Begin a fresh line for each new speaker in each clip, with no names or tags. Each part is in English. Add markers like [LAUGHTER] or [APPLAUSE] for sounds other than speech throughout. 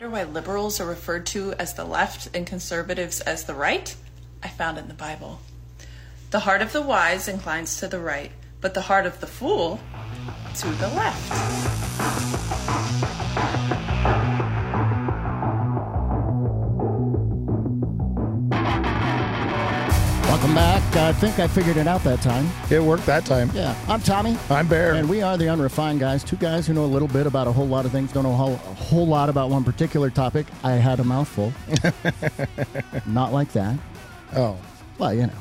Wonder why liberals are referred to as the left and conservatives as the right? I found it in the Bible. The heart of the wise inclines to the right, but the heart of the fool to the left.
Welcome back. I think I figured it out that time.
It worked that time.
Yeah, I'm Tommy.
I'm Bear.
And we are the Unrefined Guys, two guys who know a little bit about a whole lot of things, don't know a whole, a whole lot about one particular topic. I had a mouthful. Not like that.
oh,
Well, you know.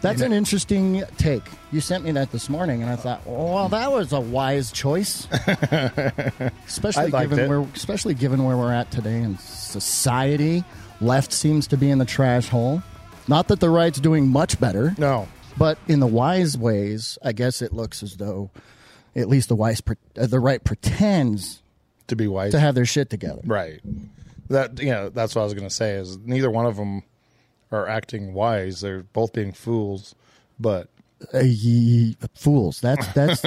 That's an interesting take. You sent me that this morning, and I thought, well, that was a wise choice, especially
liked
given
it.
where, especially given where we're at today in society. Left seems to be in the trash hole. Not that the right's doing much better,
no.
but in the wise ways, I guess it looks as though at least the wise, pre- uh, the right pretends
To be wise.
to have their shit together.
right. That, you know, that's what I was going to say is neither one of them are acting wise. They're both being fools, but
Uh, ye, fools, that's
[LAUGHS]
that's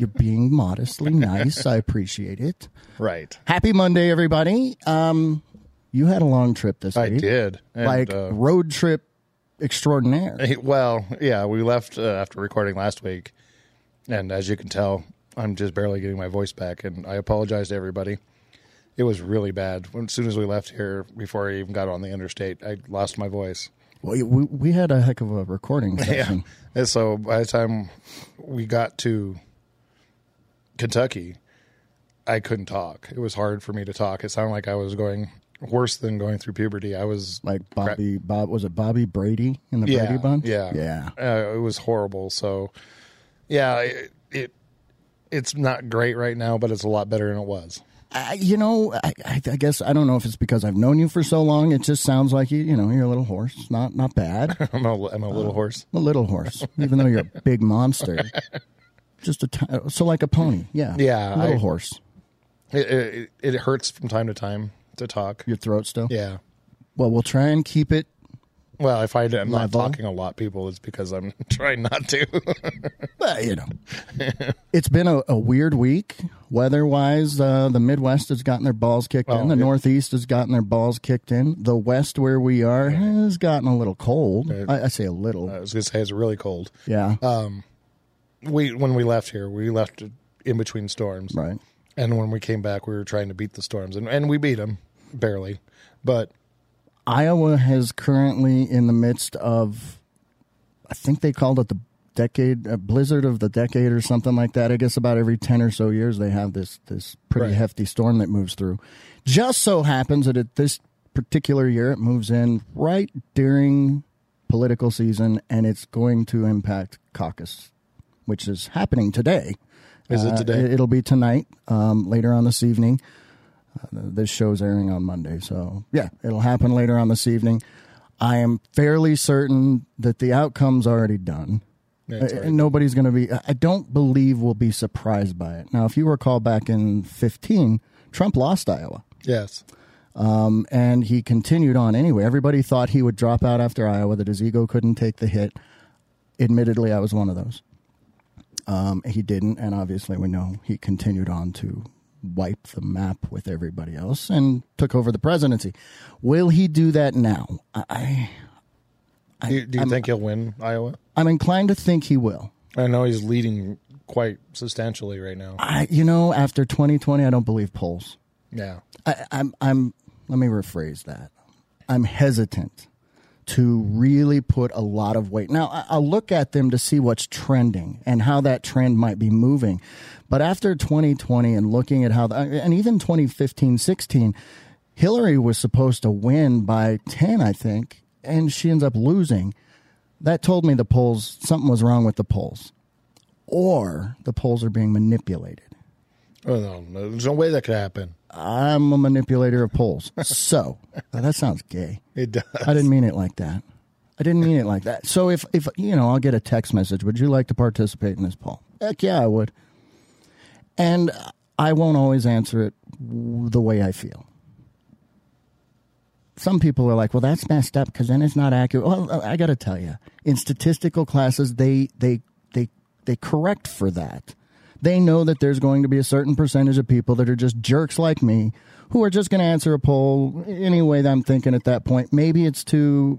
you're being modestly nice. I appreciate it.
right.
Happy Monday, everybody. Um, you had a long trip this
I
week.
did. And,
like
uh,
road trip extraordinaire.
Hey, Well, yeah, we left uh, after recording last week, and as you can tell, I'm just barely getting my voice back, and I apologize to everybody. It was really bad. When- As soon as we left here, before I even got on the interstate, I lost my voice.
We, we, we had a heck of a
[LAUGHS]
recording session.
And so by the time we got to Kentucky, I couldn't talk. It was hard for me to talk. It sounded like I was going worse than going through puberty. I was
Like Bobby, Bob was it Bobby Brady in the Brady Bunch?
Yeah,
yeah.
Uh, it was horrible. So, yeah, it, it it's not great right now, but it's a lot better than it was. [LAUGHS]
I, you know, I, I, I guess I don't know if it's because I've known you for so long. It just sounds like you, you know, you're a little horse. Not not bad.
I'm a, I'm a
Oh.
little horse.
a little
[LAUGHS]
horse, even though you're a big monster. Just a t- so like a pony. Yeah,
Yeah,
A little
I-
horse.
It, it it hurts from time to time to talk.
Your throat still.
Yeah.
Well, we'll try and keep it
Well, if I, am not
Level.
talking a lot, people, it's because I'm [LAUGHS] trying not to.
Well, you
[LAUGHS]
know, it's been a, a weird week weather wise. Uh, the Midwest has gotten their balls kicked
Oh,
in. The Northeast has gotten their balls kicked in. The West, where we are, has gotten a little cold.
Uh,
I, I say a little.
I was going to say it's really cold.
yeah.
uh, We when we left here, we left in between storms.
right.
And when we came back, we were trying to beat the storms, and and we beat them barely, but
Iowa is currently in the midst of, I think they called it the decade, a blizzard of the decade or something like that. I guess about every 10 or so years, they have this, this pretty
Right.
hefty storm that moves through. Just so happens that at this particular year, it moves in right during political season and it's going to impact caucus, which is happening today.
Is it
Uh,
today?
it- It'll be tonight, um, later on this evening this show's airing on Monday. So, yeah, it'll happen later on this evening. I am fairly certain that the outcome's already done.
Yeah, it's
Uh,
already-
Nobody's going to be, I I don't believe we'll be surprised by it. Now, if you recall back in 15, Trump lost Iowa
yes,
um, and he continued on anyway. Everybody thought he would drop out after Iowa, that his ego couldn't take the hit. Admittedly, I was one of those. Um, he didn't, and obviously we know he continued on to wipe the map with everybody else and took over the presidency. Will he do that now? I, I,
do you, do you think he'll win Iowa?
I'm inclined to think he will.
I know he's leading quite substantially right now.
I, you know, after 2020, I don't believe polls.
Yeah.
I, I'm, I'm, let me rephrase that. I'm hesitant to really put a lot of weight. Now, I- I'll look at them to see what's trending and how that trend might be moving. But after 2020 and looking at how, the, and even 2015, 16, Hillary was supposed to win by 10, I think, and she ends up losing. That told me the polls, something was wrong with the polls, or the polls are being manipulated.
Oh, no, no, there's no way that could happen.
I'm a manipulator of polls. So Now, that sounds gay.
It does.
I didn't mean it like that. I didn't mean it like that. So if if you know, I'll get a text message. Would you like to participate in this poll? Heck yeah, I would. And I won't always answer it w- the way I feel. Some people are like, "Well, that's messed up because then it's not accurate." Well, uh, I got to tell you, in statistical classes, they they they they correct for that. They know that there's going to be a certain percentage of people that are just jerks like me who are just going to answer a poll any way that I'm thinking at that point. Maybe it's to,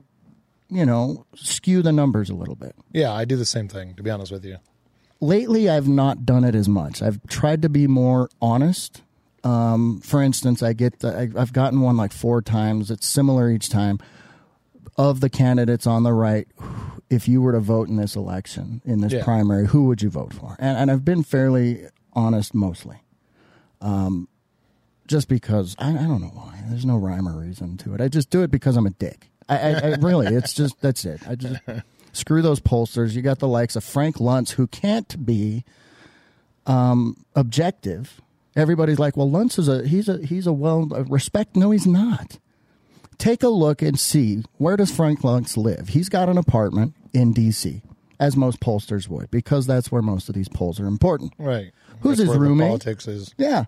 you know, skew the numbers a little bit.
[LAUGHS] Yeah, I do the same thing, to be honest with you.
Lately, I've not done it as much. I've tried to be more honest. Um, for instance, I get the, I, I've gotten one like four times. It's similar each time of the candidates on the right, if you were to vote in this election, in this
Yeah.
primary, who would you vote for? And, and I've been fairly honest mostly. Um, just because I, I don't know why. There's no rhyme or reason to it. I just do it because I'm a dick. I, I, I really, it's just, that's it. I just screw those pollsters. You got the likes of Frank Luntz, who can't be um, objective. Everybody's like, well, Luntz is a, he's a, he's a well, respect. No, he's not take a look and see where does Frank Luntz live. He's got an apartment in D.C., as most pollsters would, because that's where most of these polls are important.
Right.
Who's
That's
his
where the
roommate?
Politics is
Yeah,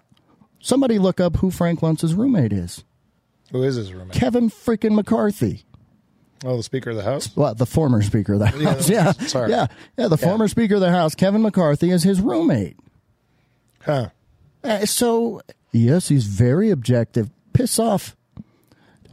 somebody look up who Frank Luntz's roommate is.
who is his roommate?
Kevin freaking McCarthy.
Oh, the Speaker of the House.
Well, the former Speaker of the House. [LAUGHS] Yeah,
sorry.
yeah, yeah. The former Speaker of the House, Kevin McCarthy, is his roommate.
Huh.
Uh, so yes, he's very objective. Piss off.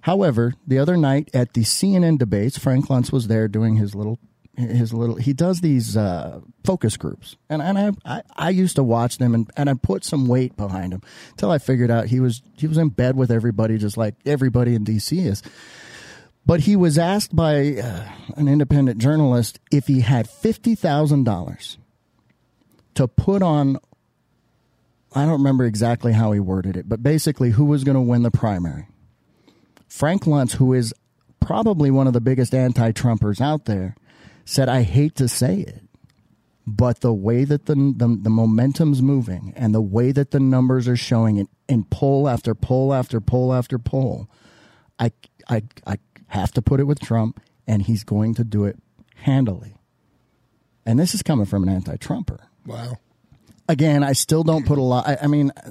However, the other night at the CNN debates, Frank Luntz was there doing his little his little he does these uh, focus groups and and I, I I used to watch them and, and I put some weight behind him until I figured out he was he was in bed with everybody just like everybody in DC is but he was asked by uh, an independent journalist if he had $50,000 to put on I don't remember exactly how he worded it, but basically who was going to win the primary. Frank Luntz, who is probably one of the biggest anti-Trumpers out there, said, "I hate to say it, but the way that the the, the momentum's moving and the way that the numbers are showing in, in poll after poll after poll after poll, I I I have to put it with Trump, and he's going to do it handily." And this is coming from an anti-Trumper
Wow. [LAUGHS]
again, I still don't put a lot. I, I mean, uh,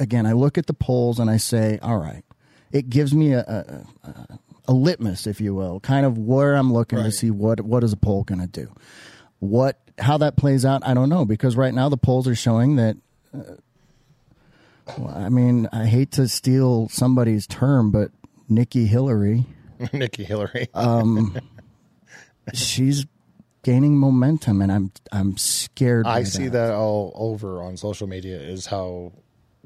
again, I look at the polls and I say, all right, it gives me a, a, a, a litmus, if you will, kind of where I'm looking to
Right.
see what what is a poll going to do, what how that plays out. I don't know because right now the polls are showing that. Uh, well, I mean, I hate to steal somebody's term, but Nikki Hillary,
Nikki Hillary.
she's gaining momentum, and I'm I'm scared. by
I see that all over on social media is how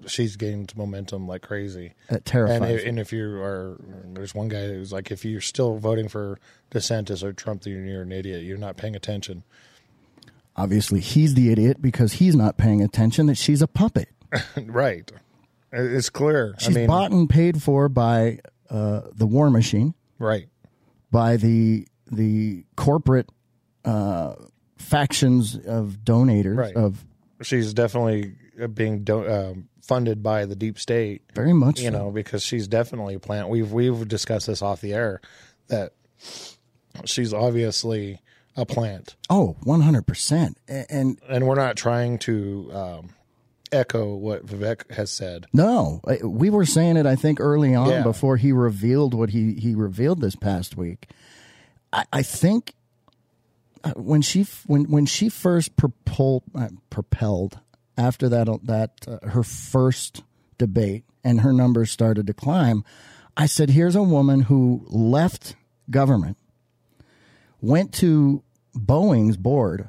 she's gained momentum like crazy.
That
And,
terrifies.
if-
me.
and if you are, there's one guy who's like, if you're still voting for DeSantis or Trump, then you're an idiot. You're not paying attention. [LAUGHS]
obviously he's the idiot because he's not paying attention that she's a puppet.
right. It- It's clear.
She's
I mean,
bought and paid for by uh, the war machine,
right.
by the the corporate uh, factions of donors
Right.
of
She's definitely uh, being do- um, funded by the deep state.
very much
you
so.
know, because she's definitely a plant. We've we've discussed this off the air that she's obviously a plant,
Oh, 100%. A- And
and we're not trying to um, echo what Vivek has said.
no, I- we were saying it I think early on
Yeah.
before he revealed what he he revealed this past week. I, I think uh, when she f- when when she first propelled uh, propelled after that that uh, her first debate and her numbers started to climb, I said, "Here's a woman who left government, went to Boeing's board."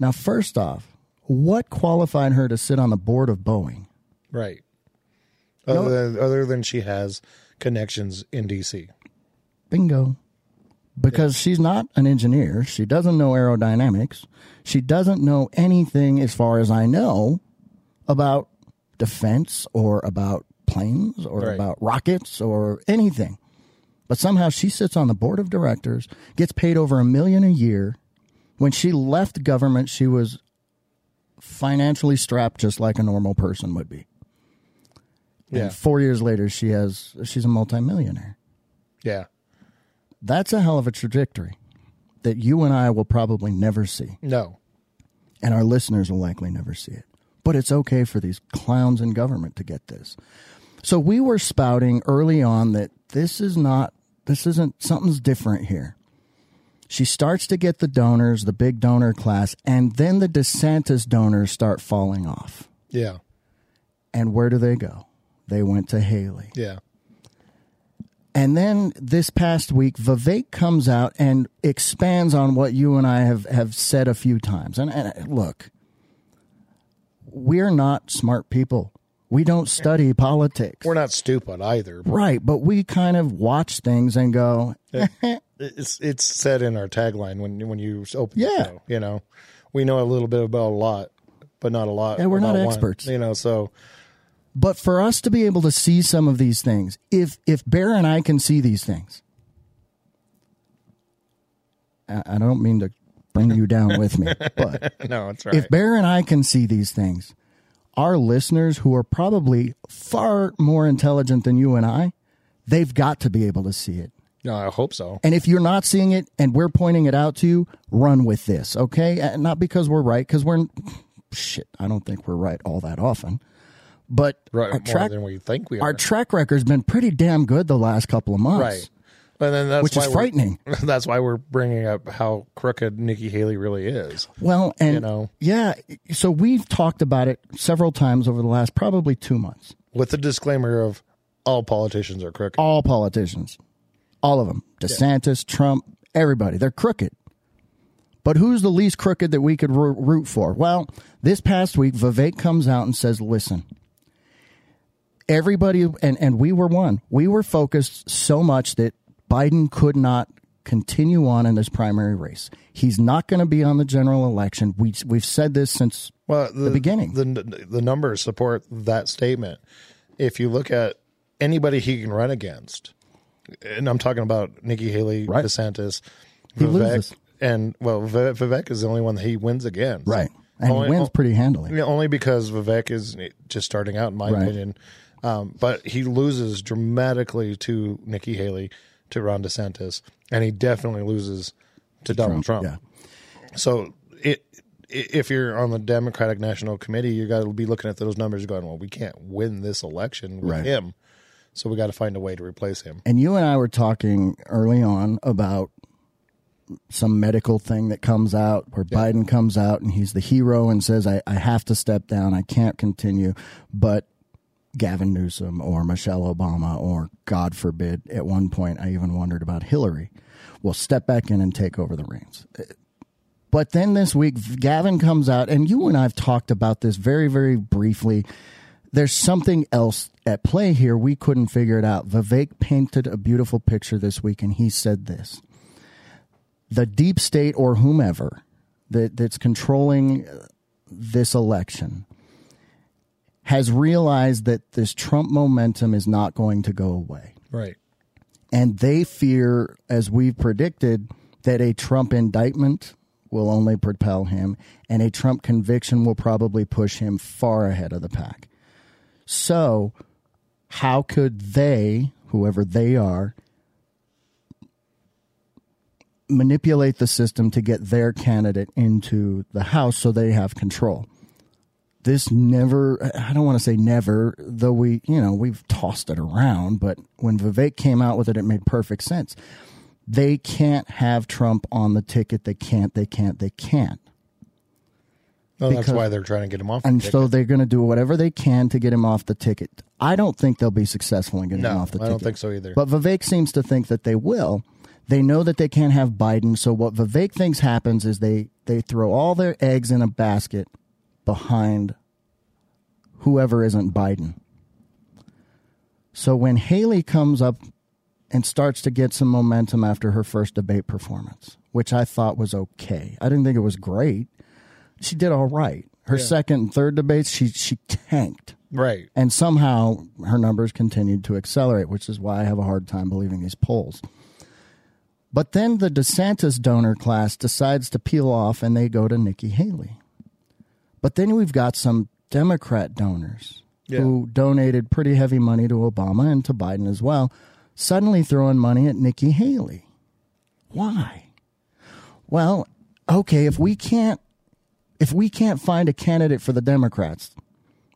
Now, first off, what qualified her to sit on the board of Boeing?
Right. Other than other than she has connections in DC.
Bingo. Because she's not an engineer. She doesn't know aerodynamics. She doesn't know anything, as far as I know, about defense or about planes or
Right.
about rockets or anything. But somehow she sits on the board of directors, gets paid over a million a year. When she left government, she was financially strapped just like a normal person would be.
Yeah.
And four years later, she has she's a multimillionaire.
Yeah.
That's a hell of a trajectory that you and I will probably never see,
No.
and our listeners will likely never see it. But it's okay for these clowns in government to get this. So we were spouting early on that this is not, this isn't, something's different here. She starts to get the donors, the big donor class, and then the DeSantis donors start falling off.
Yeah.
And where do they go? They went to Haley.
Yeah.
And then this past week, Vivek comes out and expands on what you and I have, have said a few times. And, and look, we're not smart people. We don't study politics.
We're not stupid either. but
right, but we kind of watch things and go,
It's it's said in our tagline when when you open the
Yeah.
show, you know. We know a little bit about a lot, but not a lot.
Yeah, we're not
about one,
experts.
you know, so
but for us to be able to see some of these things, if if Bear and I can see these things, I, I don't mean to bring you down with me, but
no, it's right.
if Bear and I can see these things, our listeners who are probably far more intelligent than you and I, they've got to be able to see it.
no, I hope so.
And if you're not seeing it and we're pointing it out to you, run with this, okay? And not because we're right, because we're shit. I don't think we're right all that often, but
Right,
our
more
track
than we think we are.
our track record's been pretty damn good the last couple of months,
right. And then that's
Which
why
is
we're-
frightening.
[LAUGHS] That's why we're bringing up how crooked Nikki Haley really is.
Well, and
You know.
yeah, so we've talked about it several times over the last probably two months.
With the disclaimer of all politicians are crooked.
all politicians, all of them, DeSantis, Trump, everybody, they're crooked. But who's the least crooked that we could ro- root for? Well, this past week, Vivek comes out and says, listen, everybody, and, and we were one, we were focused so much that Biden could not continue on in this primary race. He's not going to be on the general election. We, we've said this since
Well, the,
beginning.
the the numbers support that statement. If you look at anybody he can run against, and I'm talking about Nikki Haley,
Right.
DeSantis,
He
Vivek,
loses.
and well, Vi- Vivek is the only one that he wins against,
Right. And he
Only-
wins
on-
pretty handily.
yeah, only because Vivek is just starting out, in my
Right.
opinion. Um, but he loses dramatically to Nikki Haley, to Ron DeSantis, and he definitely loses to, Donald Trump.
Yeah.
So it, i- if you're on the Democratic National Committee, you got to be looking at those numbers, going, "Well, we can't win this election with
Right.
him, so we got to find a way to replace him."
and you and I were talking early on about some medical thing that comes out where Biden comes out and he's the hero and says, I, I have to step down. I can't continue. But Gavin Newsom or Michelle Obama, or God forbid, at one point I even wondered about Hillary, will step back in and take over the reins. But then this week, Gavin comes out, and you and I have talked about this very, very briefly. There's something else at play here. We couldn't figure it out. Vivek painted a beautiful picture this week, and he said this The deep state or whomever that, that's controlling uh, this election has realized that this Trump momentum is not going to go away
Right.
and they fear, as we've predicted, that a Trump indictment will only propel him, and a Trump conviction will probably push him far ahead of the pack. So, how could they, whoever they are, manipulate the system to get their candidate into the House so they have control? This never, I don't want to say never, though we, you know, we've tossed it around, but when Vivek came out with it, it made perfect sense. They can't have Trump on the ticket. They can't, they can't, they can't.
Well, that's
Because-
why they're trying to get him off. the
And
ticket.
so they're going to do whatever they can to get him off the ticket. I don't think they'll be successful in getting
No,
him off the
I
ticket.
don't think so either.
But Vivek seems to think that they will. They know that they can't have Biden. So what Vivek thinks happens is they they throw all their eggs in a basket behind whoever isn't Biden. So when Haley comes up and starts to get some momentum after her first debate performance, which I thought was okay. I didn't think it was great. She did all right. Her second and third debates, she she tanked.
right.
And somehow her numbers continued to accelerate, which is why I have a hard time believing these polls. But then the DeSantis donor class decides to peel off and they go to Nikki Haley. But then we've got some Democrat donors who donated pretty heavy money to Obama and to Biden as well, suddenly throwing money at Nikki Haley. Why? Well, okay, if we can't if we can't find a candidate for the Democrats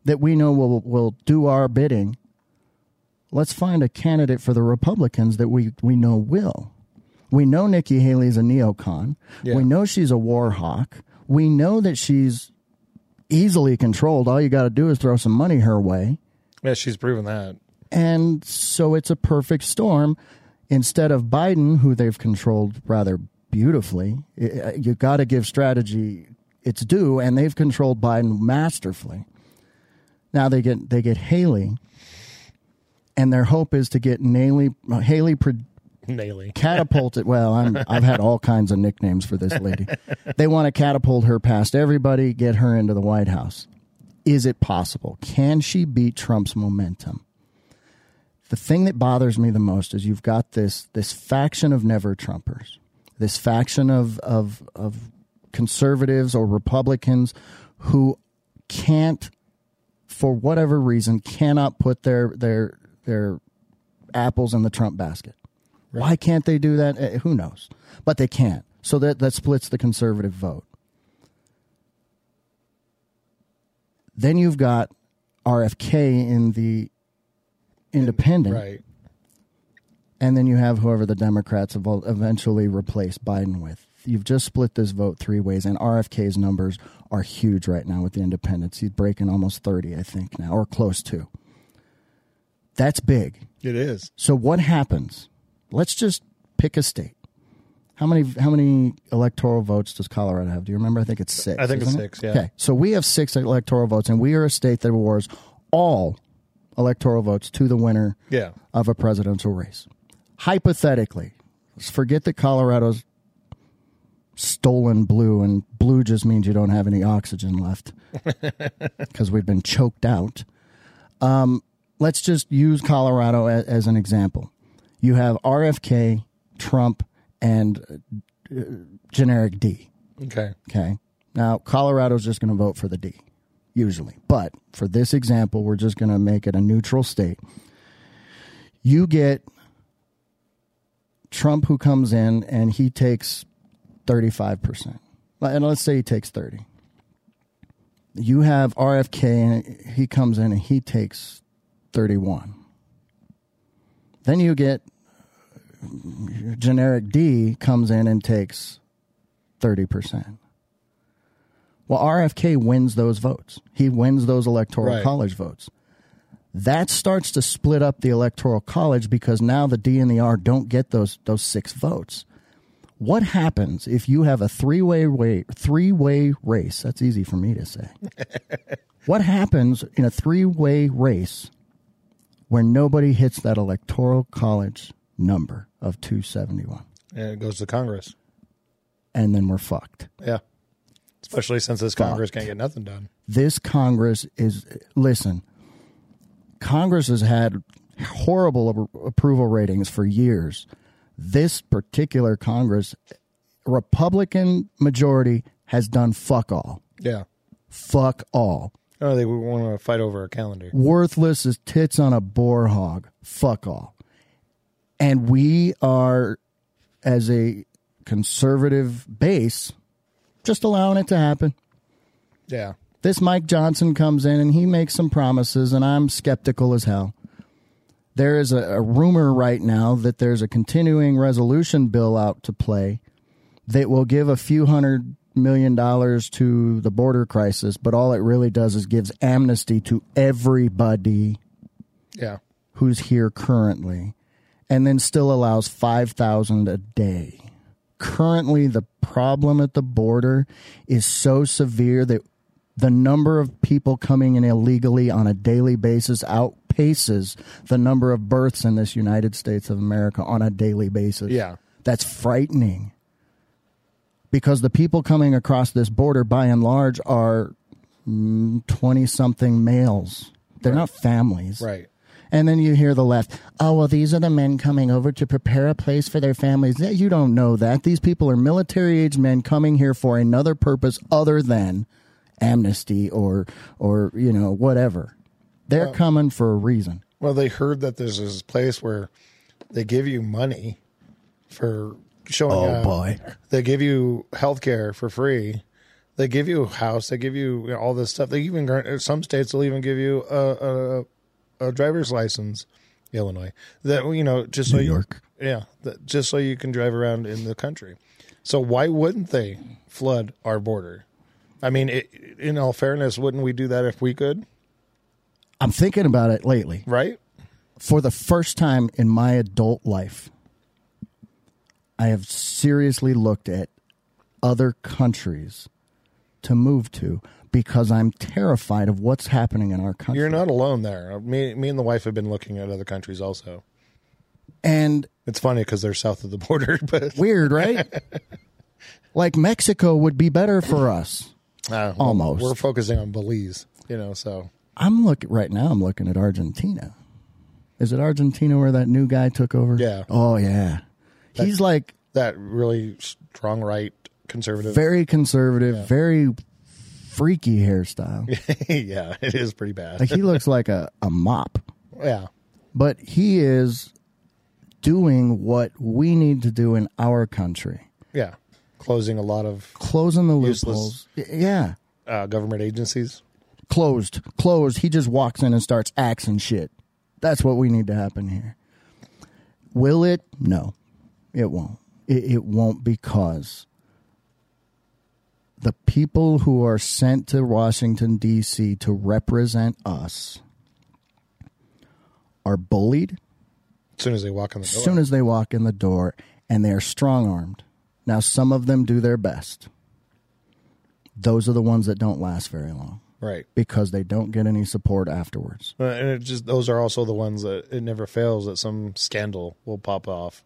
that we know will will do our bidding, let's find a candidate for the Republicans that we, we know will. We know Nikki Haley's a neocon.
Yeah.
We know she's a war hawk. We know that she's easily controlled. All you got to do is throw some money her way.
Yeah, she's proven that.
And so it's a perfect storm. Instead of Biden, who they've controlled rather beautifully, i- you got to give strategy its due, and they've controlled Biden masterfully. Now they get they get Haley, and their hope is to get Haley Haley pre-
Naily.
catapulted. Well, I'm, I've had all kinds of nicknames for this lady. They want to catapult her past everybody, get her into the White House. Is it possible? Can she beat Trump's momentum? The thing that bothers me the most is you've got this this faction of never Trumpers, this faction of of of conservatives or Republicans who can't, for whatever reason, cannot put their their their apples in the Trump basket. Why can't they do that? Eh, Who knows? But they can't. So that, that splits the conservative vote. Then you've got RFK in the independent,
Right.
and then you have whoever the Democrats evol- eventually replace Biden with. You've just split this vote three ways, and RFK's numbers are huge right now with the independents. He's breaking almost 30, I think, now, or close to. That's big.
It is.
So what happens? Let's just pick a state. How many how many electoral votes does Colorado have? Do you remember? I think it's six.
I think it's
isn't it?
six, yeah.
Okay. So we have six electoral votes, and we are a state that awards all electoral votes to the winner
Yeah.
of a presidential race. Hypothetically, let's forget that Colorado's stolen blue, and blue just means you don't have any oxygen left because we've been choked out. Um, let's just use Colorado as, as an example. You have RFK, Trump, and uh, generic D.
Okay.
Okay. Now, Colorado's just going to vote for the D, usually. But for this example, we're just going to make it a neutral state. You get Trump who comes in and he takes 35%. Like, And let's say he takes 30. You have RFK and he comes in and he takes 31. Then you get generic D comes in and takes 30%. Well, RFK wins those votes. He wins those electoral
Right.
college votes. That starts to split up the electoral college because now the D and the R don't get those those 6 votes. What happens if you have a three-way way, three-way race? That's easy for me to say. what happens in a three-way race where nobody hits that electoral college number of 271?
And it goes to Congress.
and then we're fucked.
Yeah. Especially since this Congress can't get nothing done.
This Congress is listen. Congress has had horrible a- approval ratings for years. This particular Congress, Republican majority, has done fuck all.
Yeah.
Fuck all.
Oh, they would want to fight over a calendar.
Worthless as tits on a boar hog. Fuck all. And we are, as a conservative base, just allowing it to happen.
Yeah.
this Mike Johnson comes in and he makes some promises, and I'm skeptical as hell. There is a, a rumor right now that there's a continuing resolution bill out to play that will give a few hundred million dollars to the border crisis, but all it really does is gives amnesty to everybody
Yeah.
who's here currently and then still allows 5,000 a day. Currently, the problem at the border is so severe that the number of people coming in illegally on a daily basis outpaces the number of births in this United States of America on a daily basis.
Yeah.
That's frightening because the people coming across this border, by and large, are 20 something males. They're not families.
Right.
And then you hear the left, oh, well, these are the men coming over to prepare a place for their families. Yeah, You don't know that. These people are military age men coming here for another purpose other than amnesty or, or you know, whatever. They're coming for a reason.
Well, they heard that there's this place where they give you money for showing
Oh,
up. They give you health care for free. They give you a house. They give you, you know, uh, all this stuff. They even grant- some states will even give you a, a, a driver's license Illinois. That you know, just so
New
you-
York.
yeah, that, just so you can drive around in the country. So why wouldn't they flood our border? I mean, it, in all fairness, wouldn't we do that if we could?
I'm thinking about it lately.
Right?
For the first time in my adult life, I have seriously looked at other countries to move to because I'm terrified of what's happening in our country.
You're not alone there. Me, me and the wife have been looking at other countries also.
and
It's funny because they're south of the [LAUGHS] border, but
weird,
[LAUGHS]
right? like Mexico would be better for us.
uh,
Almost.
we're focusing on Belize. You know, so
I'm looking right now. I'm looking at Argentina. Is it Argentina where that new guy took over?
Yeah.
Oh yeah. He's like
that really strong right conservative.
very conservative, very freaky hairstyle.
[LAUGHS] yeah, it is pretty bad.
Like he looks like a, a mop.
yeah,
But he is doing what we need to do in our country.
yeah, closing a lot of
Closing the
Useless.
loopholes. Y- Yeah.
uh, government agencies.
closed, closed. He just walks in and starts axing shit. That's what we need to happen here. Will it? No, it won't. It, it won't because the people who are sent to Washington, D.C. to represent us are bullied
As soon as they walk in the door,
as soon as they walk in the door and they are strong armed. Now, some of them do their best. Those are the ones that don't last very long
right?
because they don't get any support afterwards.
Uh, And it just those are also the ones that it never fails that some scandal will pop off.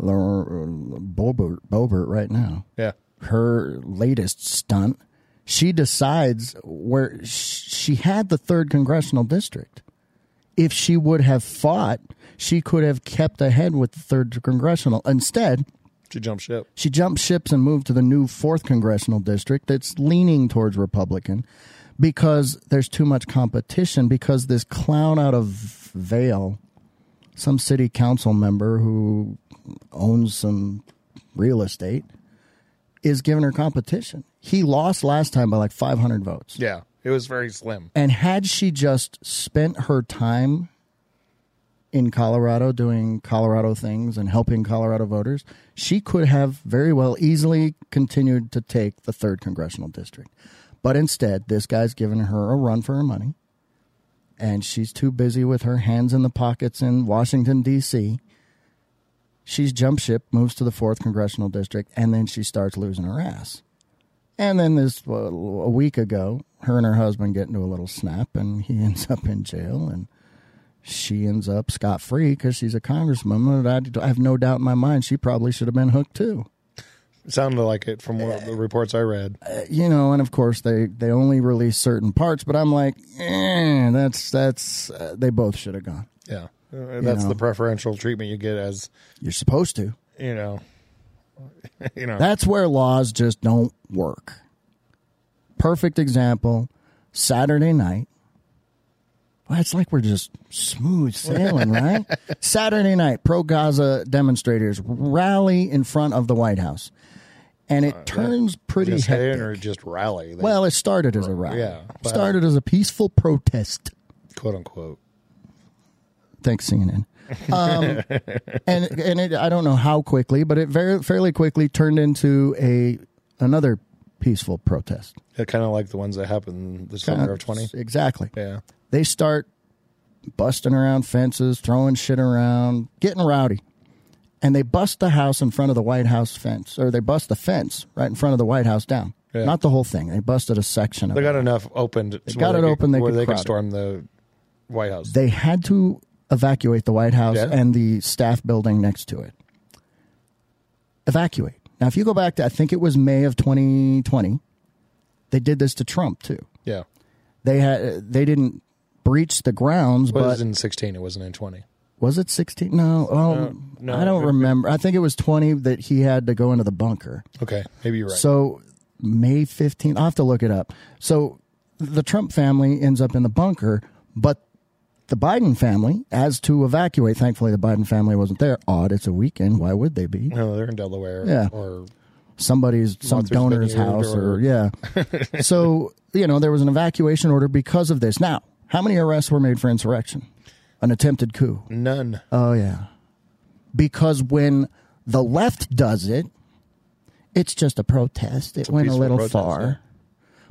L- Bobert, Bobert right now,
Yeah,
her latest stunt, she decides where sh- she had the third congressional district. If she would have fought, she could have kept ahead with the third congressional. Instead,
to jump ship.
She jumped ships and moved to the new fourth congressional district that's leaning towards Republican because there's too much competition. Because this clown out of Vale, some city council member who owns some real estate, is giving her competition. He lost last time by like 500 votes.
Yeah, it was very slim.
And had she just spent her time in Colorado doing Colorado things and helping Colorado voters, she could have very well easily continued to take the third congressional district. But instead, this guy's giving her a run for her money. And she's too busy with her hands in the pockets in Washington, D.C. She's jump ship, moves to the fourth congressional district, and then she starts losing her ass. And then this well, a week ago, her and her husband get into a little snap, and he [LAUGHS] ends up in jail, and she ends up scot free because she's a congresswoman. And I, I have no doubt in my mind she probably should have been hooked too.
It sounded like it from what, the reports I read.
Uh, you know, and of course they they only release certain parts, but I'm like, eh, that's that's uh, they both should have gone.
Yeah, Uh, that's
know.
the preferential treatment you get as
You're supposed to.
you know, [LAUGHS] you know.
That's where laws just don't work. Perfect example Saturday night. Well, it's like we're just smooth
[LAUGHS]
sailing, right? Saturday night, pro Gaza demonstrators rally in front of the White House. And it turns pretty
Uh, just hit
hectic.
or just rally. They,
well, it started as a rally.
yeah, well-
started as a peaceful protest.
quote unquote.
Thanks, CNN.
[LAUGHS]
Um, and and it, I don't know how quickly, but it very fairly quickly turned into a another peaceful protest. Uh,
It kind of like the ones that happened the summer of twenty.
Exactly.
Yeah,
They start busting around fences, throwing shit around, getting rowdy. And they bust the house in front of the White House fence, or they bust the fence right in front of the White House down.
Yeah.
Not the whole thing. They busted a section of
they
it.
got enough opened. They
got it open, they
where
could
they
crowd
could
it.
storm the White House.
They had to evacuate the White House
Yeah.
and the staff building next to it. Evacuate. Now, if you go back to, I think it was May of 2020, they did this to Trump too.
yeah,
They had they didn't breach the grounds,
but it
but
was in sixteen. It wasn't in twenty.
Was it 16? No. Oh,
No, no.
I don't remember. I think it was 20 that he had to go into the bunker.
Okay, maybe you're right.
So May 15th, I'll have to look it up. So the Trump family ends up in the bunker, but the Biden family, as to evacuate, thankfully the Biden family wasn't there. Odd, it's a weekend. Why would they be?
no, they're in Delaware.
Yeah.
or
somebody's some
Martha's
donor's
Vineyard
house or,
or-
yeah. so, you know, there was an evacuation order because of this. Now, how many arrests were made for insurrection? An attempted coup.
None.
Oh, yeah. Because when the left does it, it's just a protest. It went a
peaceful
little
protest,
far.
yeah.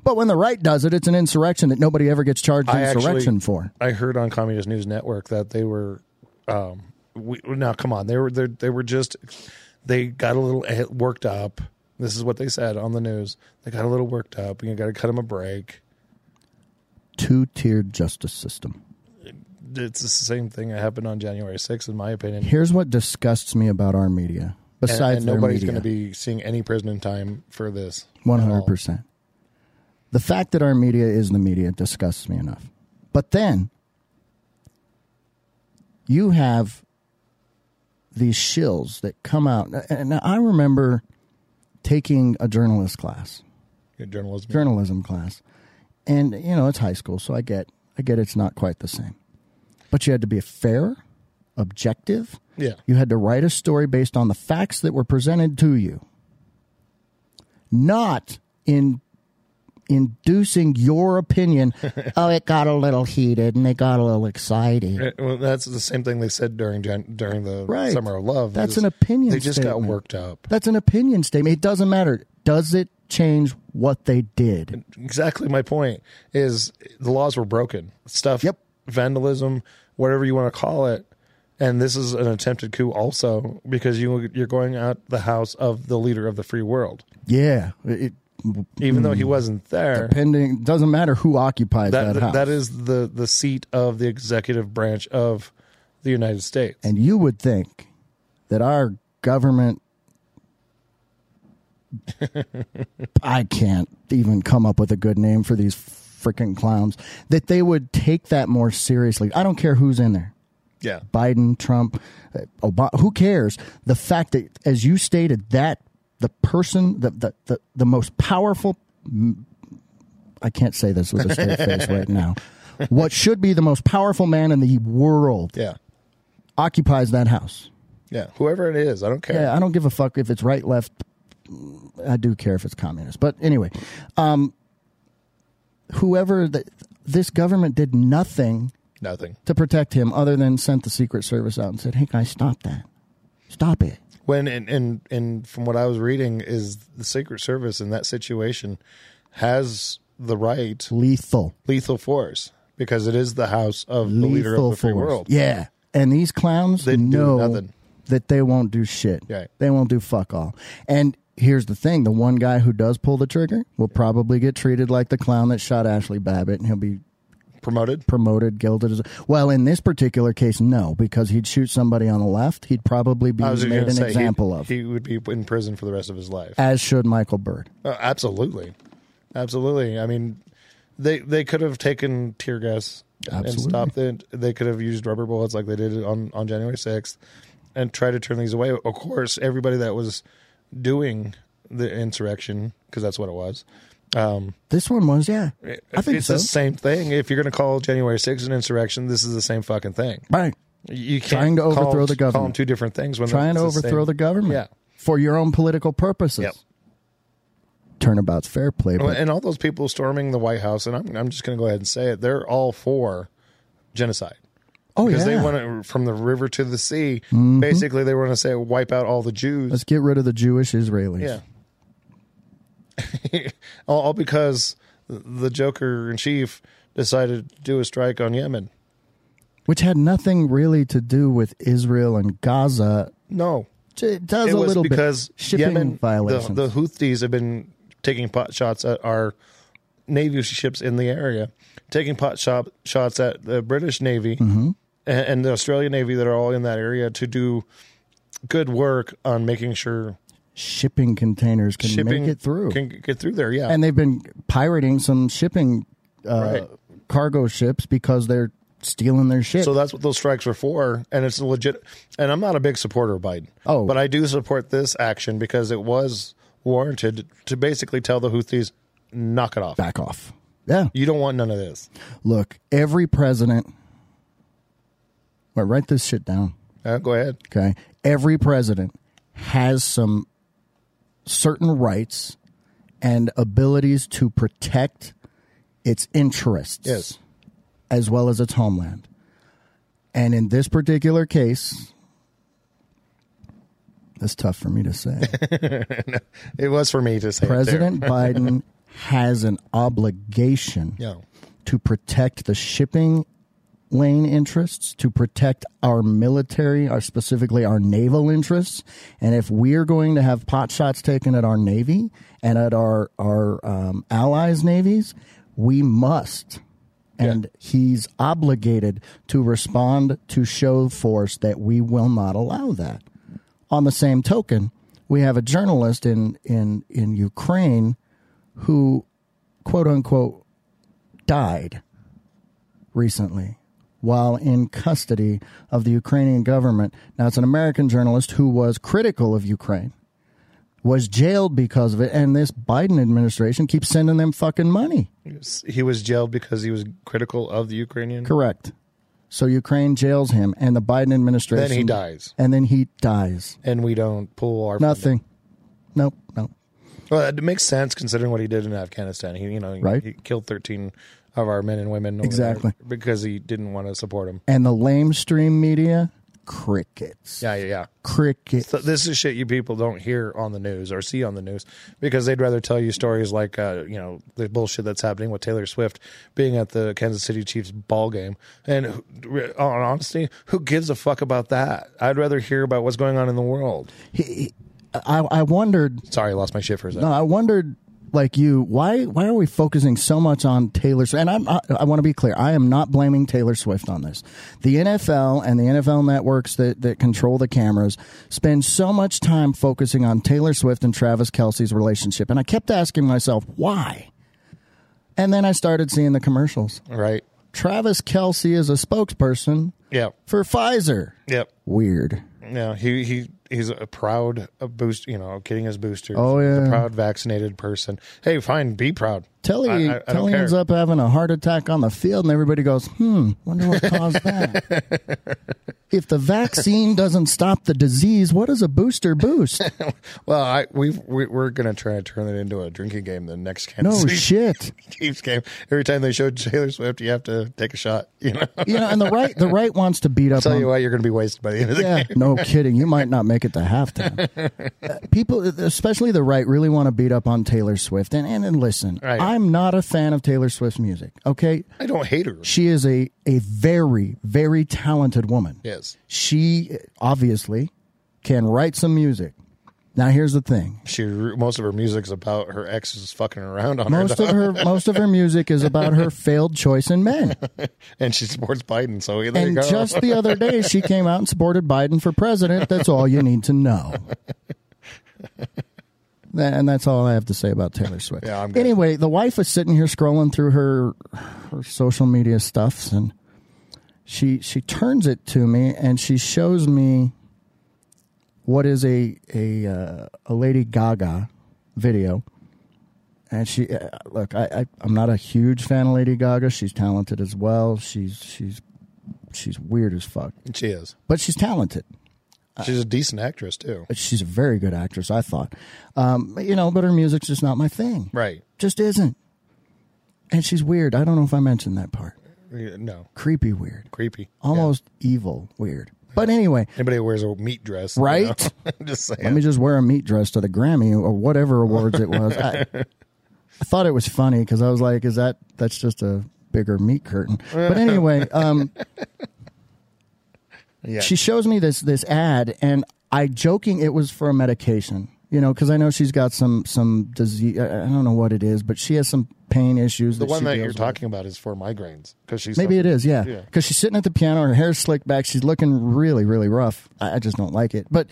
But when the right does it, it's an insurrection that nobody ever gets charged
I actually-
insurrection for.
I heard on Communist News Network that they were, um, we, now come on, they were they they were just they got a little eh, worked up. This is what they said on the news. They got a little worked up. You got to cut them a break.
Two tiered justice system.
It's the same thing that happened on January 6th, in my opinion.
Here's what disgusts me about our media.
And,
Besides,
and
their
nobody's
media.
going to be seeing any prison time for this. at all.
One hundred percent. The fact that our media is the media disgusts me enough. But then you have these shills that come out, and I remember taking a journalist class,
Good journalism.
journalism class, and you know it's high school, so I get, I get it's not quite the same, but you had to be fair, objective,
Yeah.
you had to write a story based on the facts that were presented to you, not in inducing your
[LAUGHS]
opinion. oh, it got a little heated and they got a little excited.
Eh, Well, that's the same thing they said during Jan- during the
Right.
summer of love.
That's
is
an opinion
They just got
statement.
worked up.
That's an opinion statement. It doesn't matter. Does it change what they did?
exactly my point is the laws were broken stuff
Yep.
vandalism whatever you want to call it and this is an attempted coup also because you you're going out the house of the leader of the free world
Yeah. It,
even though he wasn't there
pending doesn't matter who occupies Hmm. that,
that, that,
house.
that is the the seat of the executive branch of the United States
and you would think that our government I can't even come up with a good name for these freaking clowns that they would take that more seriously. I don't care who's in there.
yeah
Biden, Trump, uh, Obama, who cares? The fact that, as you stated, that the person, the the the, the most powerful, m- I can't say this with a straight face right now. What should be the most powerful man in the world
yeah
occupies that house.
yeah whoever it is I don't care
Yeah, I don't give a fuck if it's right, left. I do care if it's communist, but anyway, um, whoever the, this government did nothing
nothing
to protect him other than sent the Secret Service out and said, "Hey guys, stop that, stop it."
when and and, and from what I was reading is the Secret Service in that situation has the right
Lethal,
lethal force because it is the house of the leader
lethal
of the
force.
free world.
Yeah, and these clowns
They do
know
nothing.
that they won't do shit.
Right.
They won't do fuck all. And here's the thing: the one guy who does pull the trigger will probably get treated like the clown that shot Ashley Babbitt, and he'll be
Promoted.
promoted, gilded. As, well, in this particular case, no, because he'd shoot somebody on the left. He'd probably be
I was
made
going to
an
say
example
he,
of, Uh,
he would be in prison for the rest of his life.
as should Michael Bird.
Uh, absolutely, absolutely. I mean, they they could have taken tear gas and
Absolutely.
stopped it. They could have used rubber bullets like they did on on January sixth, and tried to turn these away. Of course, everybody that was doing the insurrection because that's what it was. Um,
This one was, yeah, I think
it's
so.
the same thing. If you're going to call January 6th an insurrection, this is the same fucking thing.
right.
You can't
Trying to
call-
overthrow the
Call them
government.
two different things when
Trying to
it's the
overthrow
same-
the government
Yeah.
for your own political purposes.
Yep.
Turnabout's fair play, but
And all those people storming the White House, and I'm I'm just going to go ahead and say it, they're all for genocide
oh yeah, Mm-hmm.
because they want to from the river to the sea. Basically, they want to say wipe out all the Jews.
let's get rid of the Jewish Israelis.
yeah. [LAUGHS] all, all because the Joker in chief decided to do a strike on Yemen.
which had nothing really to do with Israel and Gaza.
No,
It does
it
a
was
little
because
bit shipping
Yemen,
violations.
the, the Houthis have been taking pot shots at our navy ships in the area, taking pot shop, shots at the British Navy
Mm-hmm.
and, and the Australian Navy that are all in that area to do good work on making sure
shipping containers can
shipping
make it through.
can get through there. Yeah,
and they've been pirating some shipping uh,
Right.
cargo ships because they're stealing their shit.
So that's what those strikes were for, and it's legit. And I'm not a big supporter of Biden.
Oh.
but I do support this action because it was warranted to basically tell the Houthis, knock it off.
Back off. Yeah.
You don't want none of this.
Look, every president. Wait, write this shit down.
Uh, go ahead.
Okay. Every president has some certain rights and abilities to protect its interests
Yes.
as well as its homeland. And in this particular case, that's tough for me to
[LAUGHS]
say.
It was for me to say. it there.
President Biden has an obligation
[LAUGHS] Yeah.
to protect the shipping lane interests, to protect our military, our specifically our naval interests. And if we're going to have pot shots taken at our navy and at our our um, allies' navies, we must. And he's obligated to respond to show force that we will not allow that. On the same token, we have a journalist in in in Ukraine who quote unquote died recently while in custody of the Ukrainian government. Now, it's an American journalist who was critical of Ukraine, was jailed because of it, and this Biden administration keeps sending them fucking money.
He was jailed because he was critical of the Ukrainian.
Correct. So Ukraine jails him, and the Biden administration.
Then he dies,
And then he dies.
and we don't pull our
Nothing. Nope. Nope.
Well, it makes sense considering what he did in Afghanistan. He, you know, he-
Right.
he killed thirteen of our men and women over there
Exactly.
because he didn't want to support him.
And the lamestream media, crickets.
Yeah, yeah, yeah.
Crickets.
So this is shit you people don't hear on the news or see on the news because they'd rather tell you stories like uh, you know the bullshit that's happening with Taylor Swift being at the Kansas City Chiefs ball game. And who- on honesty, who gives a fuck about that? I'd rather hear about what's going on in the world.
He- he- I, I wondered
Sorry, I lost my shit for a second.
No, I wondered, like you, why why are we focusing so much on Taylor Swift? And I'm, I, I want to be clear, I am not blaming Taylor Swift on this. The NFL and the NFL networks that, that control the cameras spend so much time focusing on Taylor Swift and Travis Kelsey's relationship. And I kept asking myself, why? And then I started seeing the commercials.
Right?
Travis Kelsey is a spokesperson
Yeah.
for Pfizer.
Yep.
Weird.
Yeah, he he he's a proud a boost, you know, getting his booster.
Oh,
He's
yeah.
a proud vaccinated person. Hey, fine, be proud.
Telly,
I- I- I don't
Telly ends
care.
up having a heart attack on the field, and everybody goes, hmm, wonder what caused that.
[LAUGHS]
if the vaccine doesn't stop the disease, what is a booster
[LAUGHS]
boost?
Well, I we've, we we're gonna try and turn it into a drinking game. The next Kansas
No
City
shit.
[LAUGHS] Chiefs game. Every time they show Taylor Swift, you have to take a shot. You know, [LAUGHS]
You know, and the right, the right wants to beat up
tell
on
you what, you're gonna be wasted by the end of the
yeah,
game.
no kidding. You might not make it to
[LAUGHS]
halftime. Uh, people, especially the right, really want to beat up on Taylor Swift. And and, and listen,
Right.
I'm not a fan of Taylor Swift's music. Okay,
I don't hate her.
she is a a very very talented woman.
Yes,
she obviously can write some music. Now here's the thing.
she most of her music's about her exes fucking around on
Most
her,
of her most of her music is about her failed choice in men.
and she supports Biden. So [LAUGHS] there you
And
go.
just the other day she came out and supported Biden for president. That's all you need to know. Tha- And that's all I have to say about Taylor Swift.
Yeah, I'm good.
anyway, the wife is sitting here scrolling through her her social media stuffs and she she turns it to me and she shows me what is a a uh, a Lady Gaga video, and she uh, look I, I I'm not a huge fan of Lady Gaga. She's talented as well. She's she's she's weird as fuck,
[LAUGHS] she is.
but she's talented.
She's a decent actress too.
She's a very good actress, I thought. Um, you know, but her music's just not my thing.
Right?
Just isn't. And she's weird. I don't know if I mentioned that part.
No,
Creepy weird.
creepy.
Almost evil weird. But anyway,
Anybody who wears a meat dress, you
Right?
know? [LAUGHS] Just saying.
Let me just wear a meat dress to the Grammy or whatever awards it was.
[LAUGHS]
I, I thought it was funny because I was like, "Is that that's just a bigger meat curtain?" But anyway, um,
[LAUGHS] yeah.
she shows me this this ad, and I joking it was for a medication, you know, because I know she's got some some disease. I I don't know what it is, but she has some pain issues.
the one
she
that you're
deals with.
talking about is for migraines because she's
Maybe it is, yeah.
Yeah.
Because she's sitting at the piano, her hair's slicked back, she's looking really, really rough. I, I just don't like it. But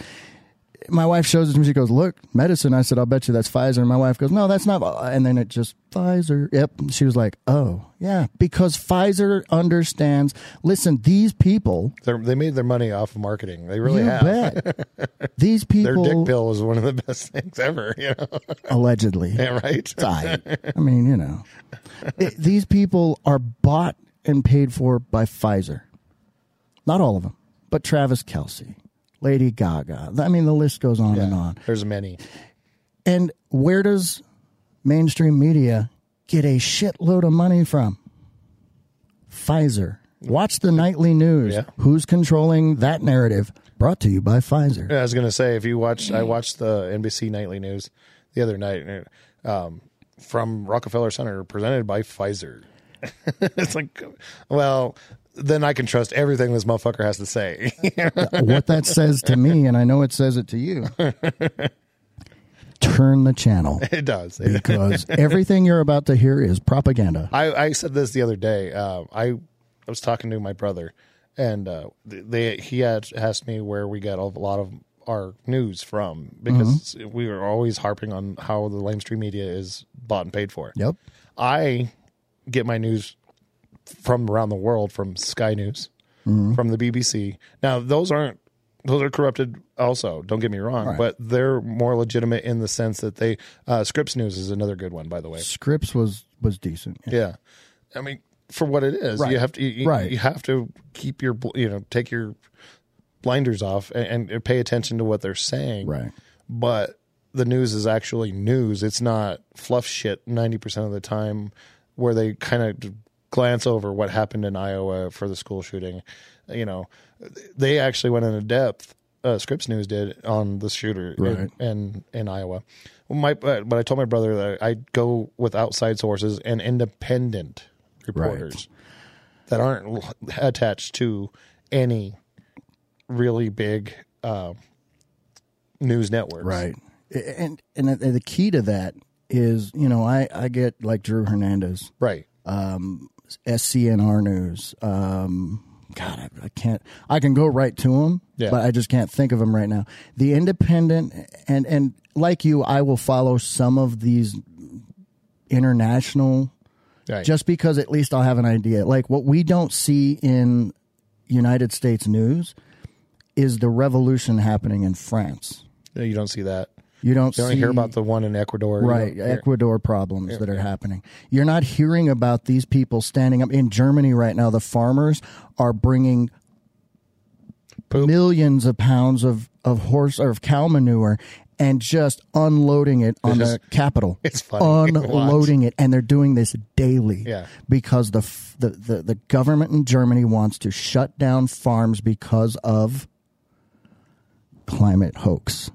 my wife shows it to me. She goes, "Look, medicine." I said, "I'll bet you that's Pfizer." And my wife goes, "No, that's not." And then it just Pfizer. Yep. And she was like, "Oh, yeah," because Pfizer understands. Listen, these people.
They're, they made their money off of marketing. They really
you
have.
bet.
[LAUGHS]
these
Their
people
dick pill is one of the [LAUGHS] best things ever. You know, [LAUGHS]
allegedly.
yeah, right?
I, I mean, you know, It- these people are bought and paid for by Pfizer. Not all of them, but Travis Kelsey, Lady Gaga. I mean, the list goes on and on.
There's many.
And where does mainstream media get a shitload of money from? Pfizer. Watch the nightly news.
Yeah.
Who's controlling that narrative? Brought to you by Pfizer.
[LAUGHS] Yeah, I was gonna say if you watch, I watched the NBC nightly news the other night, and, um, from Rockefeller Center, presented by Pfizer. [LAUGHS] it's like, well, then I can trust everything this motherfucker has to say. [LAUGHS]
what that says to me, and I know it says it to you. Turn the channel
it does.
[LAUGHS]
It-
because everything you're about to hear is propaganda.
I, I said this the other day. Uh, I I was talking to my brother, and uh, th- they he had asked me where we got a lot of our news from because we were always harping on how the lamestream media is bought and paid for.
Yep.
I get my news from around the world from Sky News,
Mm-hmm.
from the BBC. Now those aren't those are corrupted also don't get me wrong but they're more legitimate in the sense that they uh, scripps news is another good one by the way
Scripps was was decent.
yeah, I mean, for what it is, you have to you,
Right.
you have to keep your bl- you know take your blinders off and, and pay attention to what they're saying.
Right.
But the news is actually news. It's not fluff shit ninety percent of the time, where they kind of glance over what happened in Iowa for the school shooting. You know, they actually went into depth. Uh, Scripps News did on the shooter
Right.
in, in, in Iowa. My uh, but, but I told my brother that I'd go with outside sources and independent reporters that aren't l- attached to any really big um, news networks.
Right. And and the- the key to that is, you know, I I get like Drew Hernandez,
Right.
SCNR News. Um, God, I, I can't. I can go right to them,
Yeah.
but I just can't think of them right now. The Independent and and like you, I will follow some of these international
Right.
just because at least I'll have an idea. Like what we don't see in United States news is the revolution happening in France.
you don't see that.
You don't
You only
see,
hear about the one in Ecuador. You
right
don't hear-
Ecuador problems that are happening. You're not hearing about these people standing up in Germany right now. The farmers are bringing
Poop.
millions of pounds of of horse or of cow manure and just unloading it on the capital.
[LAUGHS] it's funny to watch.
Unloading it, and they're doing this daily.
Yeah.
because the, f- the the the government in Germany wants to shut down farms because of climate hoax.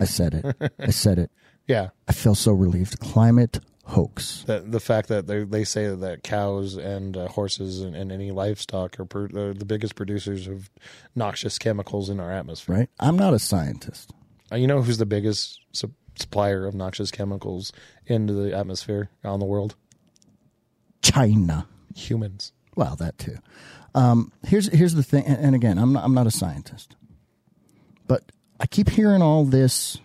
I said it. I said it.
yeah.
I feel so relieved. Climate hoax.
The, the fact that they, they say that cows and uh, horses and, and any livestock are pro- are the biggest producers of noxious chemicals in our atmosphere.
Right? I'm not a scientist.
Uh, You know who's the biggest su- supplier of noxious chemicals into the atmosphere on the world?
China.
Humans. [LAUGHS]
Well, that too. Um, here's here's the thing, and, and again, I'm not, I'm not a scientist, but I keep hearing all this.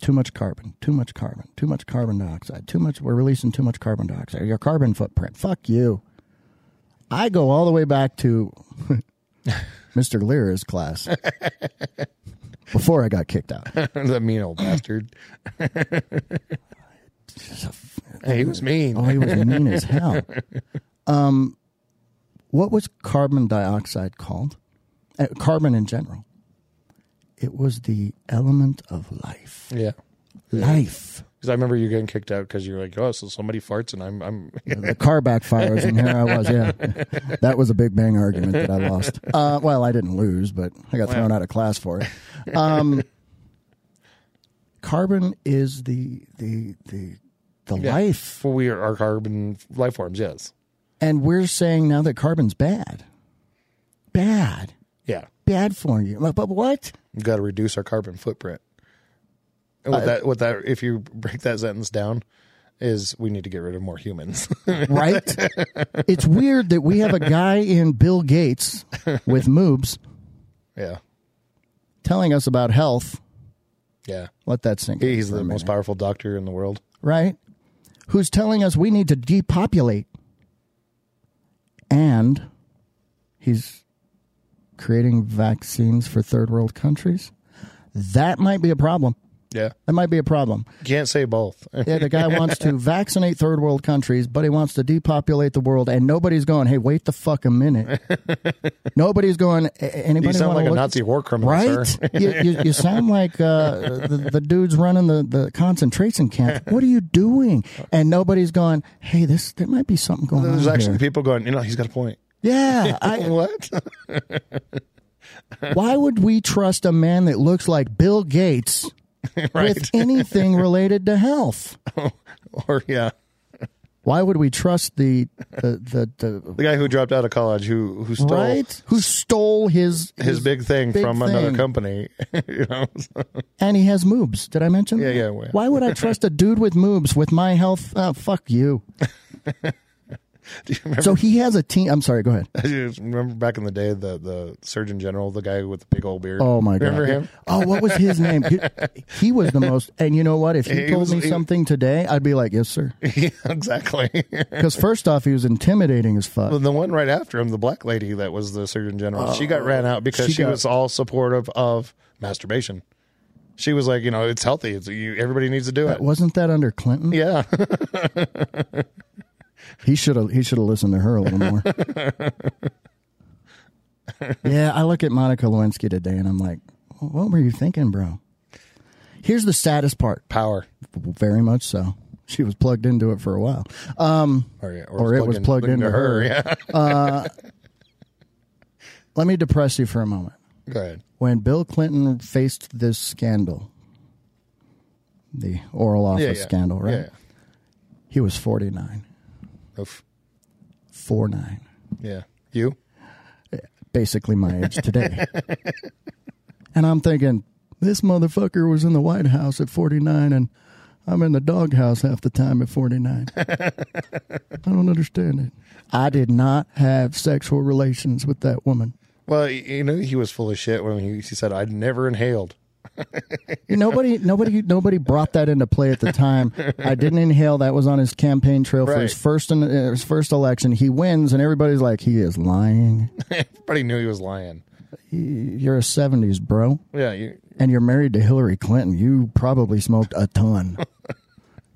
Too much carbon, too much carbon, too much carbon dioxide, too much. We're releasing too much carbon dioxide. Your carbon footprint. Fuck you. I go all the way back to [LAUGHS] Mr. Lira's class before I got kicked out.
the mean old bastard. [LAUGHS] Hey, he was mean.
Oh, he was mean as hell. Um, what was carbon dioxide called? Uh, carbon in general. It was the element of life.
Yeah.
Life.
Because I remember you getting kicked out because you're like, oh, so somebody farts and I'm, I'm.
The car backfires, and here I was. Yeah, that was a big bang argument that I lost. Uh, well, I didn't lose, but I got thrown out of class for it. Um, carbon is the the the the life
Well, we are, are carbon life forms, yes.
And we're saying now that carbon's bad. Bad.
Yeah.
Bad for you. But, but what?
[LAUGHS] We've got to reduce our carbon footprint. And with that, with that, if you break that sentence down, is we need to get rid of more humans. [LAUGHS]
Right? it's weird that we have a guy in Bill Gates with moobs
yeah.
telling us about health.
Yeah.
Let that sink in.
He's
for a
the most
minute.
powerful doctor in the world.
right? Who's telling us we need to depopulate. And he's creating vaccines for third world countries. That might be a problem.
Yeah.
That might be a problem.
You can't say both. [LAUGHS]
Yeah, the guy wants to vaccinate third world countries, but he wants to depopulate the world, and nobody's going, hey, wait the fuck a minute.
[LAUGHS]
nobody's going, "A- anybody
You sound
wanna
like a
look-
Nazi war
[LAUGHS]
criminal,
Right?
sir.
you, you, you sound like uh, the, the dudes running the, the concentration
[LAUGHS]
camp. What are you doing? And nobody's going, hey, this there might be something going
[LAUGHS] There's
on
actually
here.
people going, you know, he's got a point. [LAUGHS]
Yeah. I,
What?
[LAUGHS] why would we trust a man that looks like Bill
[LAUGHS]
Gates with anything related to health?
or, yeah.
Why would we trust the the the, the
The guy who dropped out of college who, who stole
right who stole his
his big thing
big
from another
thing.
company. [LAUGHS] you know?
and he has moobs? Did I mention?
Yeah,
that?
yeah, well, yeah.
Why would I trust a dude with moobs with my health? Oh, fuck
[LAUGHS]
you.
Do you remember,
So he has a team. I'm sorry. Go ahead.
[LAUGHS] I just remember back in the day, the, the Surgeon General, the guy with the big old beard?
Oh my god.
Remember him?
Oh, what was his name? He, he was the most. And you know what? If he,
He
told
was-
me
he-
something today, I'd be like, yes,
[LAUGHS]
sir.
yeah, exactly. [LAUGHS]
Because first off, he was intimidating as fuck.
Well, the one right after him, the black lady that was the Surgeon General, she got ran out because
Oh, she
she,
got-
was all supportive of masturbation. She was like, you know, it's healthy. It's you. Everybody needs to do it.
Wasn't that under Clinton?
Yeah, [LAUGHS]
He should have. He should have listened to her a little
[LAUGHS]
more. yeah, I look at Monica Lewinsky today, and I'm like, "What were you thinking, bro?" Here's the saddest part.
power.
Very much so. She was plugged into it for a while. Um,
Or, yeah,
Or it was plugged into her.
Yeah. [LAUGHS]
let me depress you for a moment.
Go ahead.
When Bill Clinton faced this scandal, the oral office
Yeah, yeah.
scandal, right?
Yeah.
He was 49.
Oof.
49.
Yeah. You?
basically my age today. and I'm thinking, this motherfucker was in the White House at 49 and I'm in the doghouse half the time at 49. I don't understand it. I did not have sexual relations with that woman.
Well, y- you know, he was full of shit when he, he said, "I'd never inhaled." [LAUGHS]
Nobody, nobody, nobody brought that into play at the time. I didn't inhale. That was on his campaign trail for his
Right.
first in, uh, his first election. He wins, and everybody's like, "He is lying.
Everybody knew he was lying.
You're a '70s bro."
Yeah. You,
and you're married to Hillary Clinton, you probably smoked a
[LAUGHS]
ton.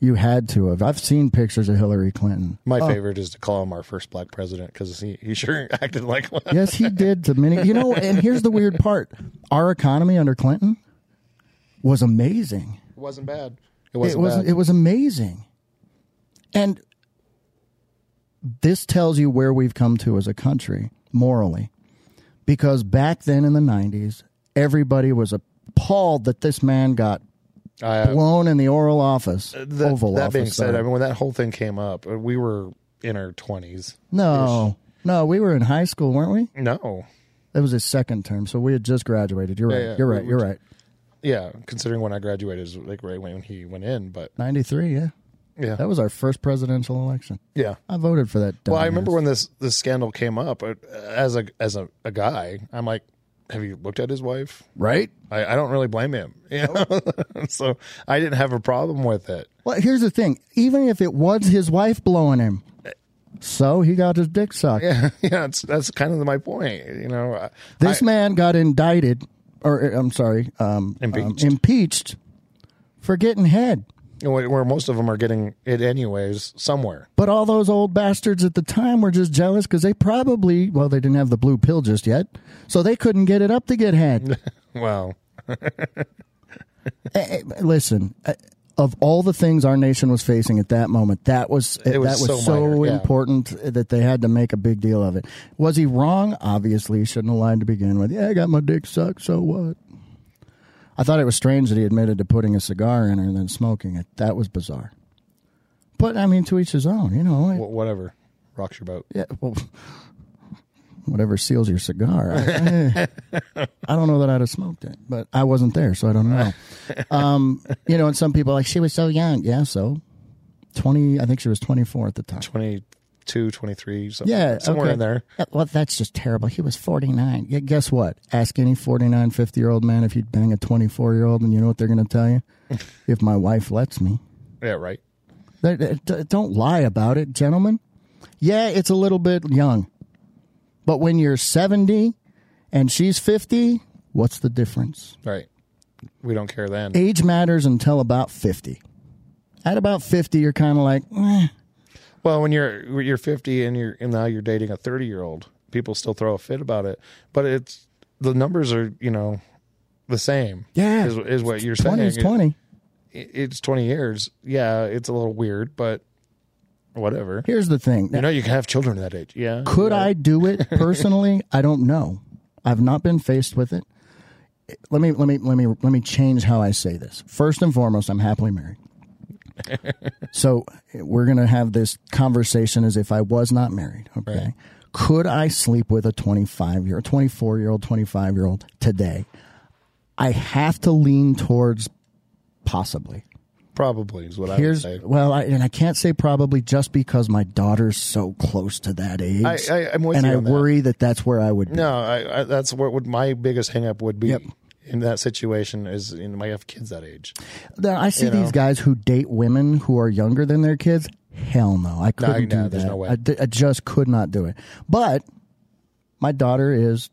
you had to have. I've seen pictures of Hillary Clinton.
my favorite is to call him our first black president because he, he sure [LAUGHS] acted like one.
Yes, he did to many. You know, and here's the weird part our economy under Clinton was amazing.
It wasn't bad.
It
It wasn't.
was,
bad.
it was amazing. And this tells you where we've come to as a country morally. Because back then in the 90s, everybody was appalled that this man got
I-
blown in the oral office,
that,
Oval
Uh, that
Office.
being said,
sorry.
I mean, when that whole thing came up, uh, we were in our twenties.
No, no, we were in high school, weren't we?
No,
That was his second term, so we had just graduated. You're right.
yeah,
You're
we
right.
were
You're
just-
right.
yeah, considering when I graduated is like right when he went in, but
Ninety three. Yeah,
yeah,
that was our first presidential election.
yeah.
I voted for that.
Well, I
dumbass.
remember when this this scandal came up uh, as a as a, a guy. I'm like, have you looked at his wife?
right?
I, I don't really blame him. [LAUGHS] You know? so I didn't have a problem with it. [LAUGHS]
Well, here's the thing. Even if it was his wife blowing him, so he got his dick sucked.
Yeah, yeah. It's, that's kind of my point. You know, I-
This man got indicted, or uh, I'm sorry, um,
Impeached.
um, impeached for getting head.
I- where where most of them are getting it anyways somewhere.
But all those old bastards at the time were just jealous because they probably, well, they didn't have the blue pill just yet, so they couldn't get it up to get
[LAUGHS]
head.
Wow.
Eh, eh, Listen, eh, of all the things our nation was facing at that moment, that was, eh,
It was
that was so,
so minor, yeah.
important eh, that they had to make a big deal of it. Was he wrong? Obviously, he shouldn't have lied to begin with. Yeah, I got my dick sucked. So what? I thought it was strange that he admitted to putting a cigar in her and then smoking it. That was bizarre. But I mean, to each his own. You know,
Wh- whatever. Rocks your boat.
Yeah, well, whatever seals your cigar. I, eh, I don't know that I'd have smoked it, but I wasn't there, so I don't
[LAUGHS]
know. Um, you know, and some people are like she was so young. Yeah, so twenty. I think she was twenty four at the time.
22, 23, something,
Yeah,
somewhere
okay.
in there.
Yeah, Well, that's just terrible. He was 49. Yeah, guess what? Ask any 49, 50 year old man if you'd bang a 24 year old, and you know what they're going to tell
[LAUGHS]
you? if my wife lets me.
Yeah, right.
They- they- d- Don't lie about it, gentlemen. Yeah, it's a little bit young. But when you're 70 and she's 50, what's the difference?
Right. we don't care then.
Age matters until about 50. At about 50, you're kind of like, eh,
Well, when you're when you're 50 and you're and now you're dating a 30 year old, people still throw a fit about it. But it's the numbers are you know the same.
Yeah.
is, is what you're
20
saying.
is 20.
It- it's 20 years. Yeah, it's a little weird, but whatever.
Here's the thing.
You know, you can have children that age. Yeah.
Could I do
[LAUGHS]
it personally? I don't know. I've not been faced with it. Let me let me let me let me change how I say this. First and foremost, I'm happily
[LAUGHS]
married. so we're gonna have this conversation as if I was not married. Okay. Could I sleep with a 25 year, 24 year old, 25 year old today? I have to lean towards possibly.
Probably is what
Here's
I would say.
well, I, and I can't say probably just because my daughter's so close to that age.
I, I, I'm with
and
you.
I
on that.
worry that. that's where I would. Be.
No, I, I, that's what would my biggest hang up would be in that situation is you know, I have kids that age.
Then I see
You know.
these guys who date women who are younger than their kids. Hell no, I couldn't
no,
do
there's
that.
no way.
I, di- I just could not do it. But my daughter is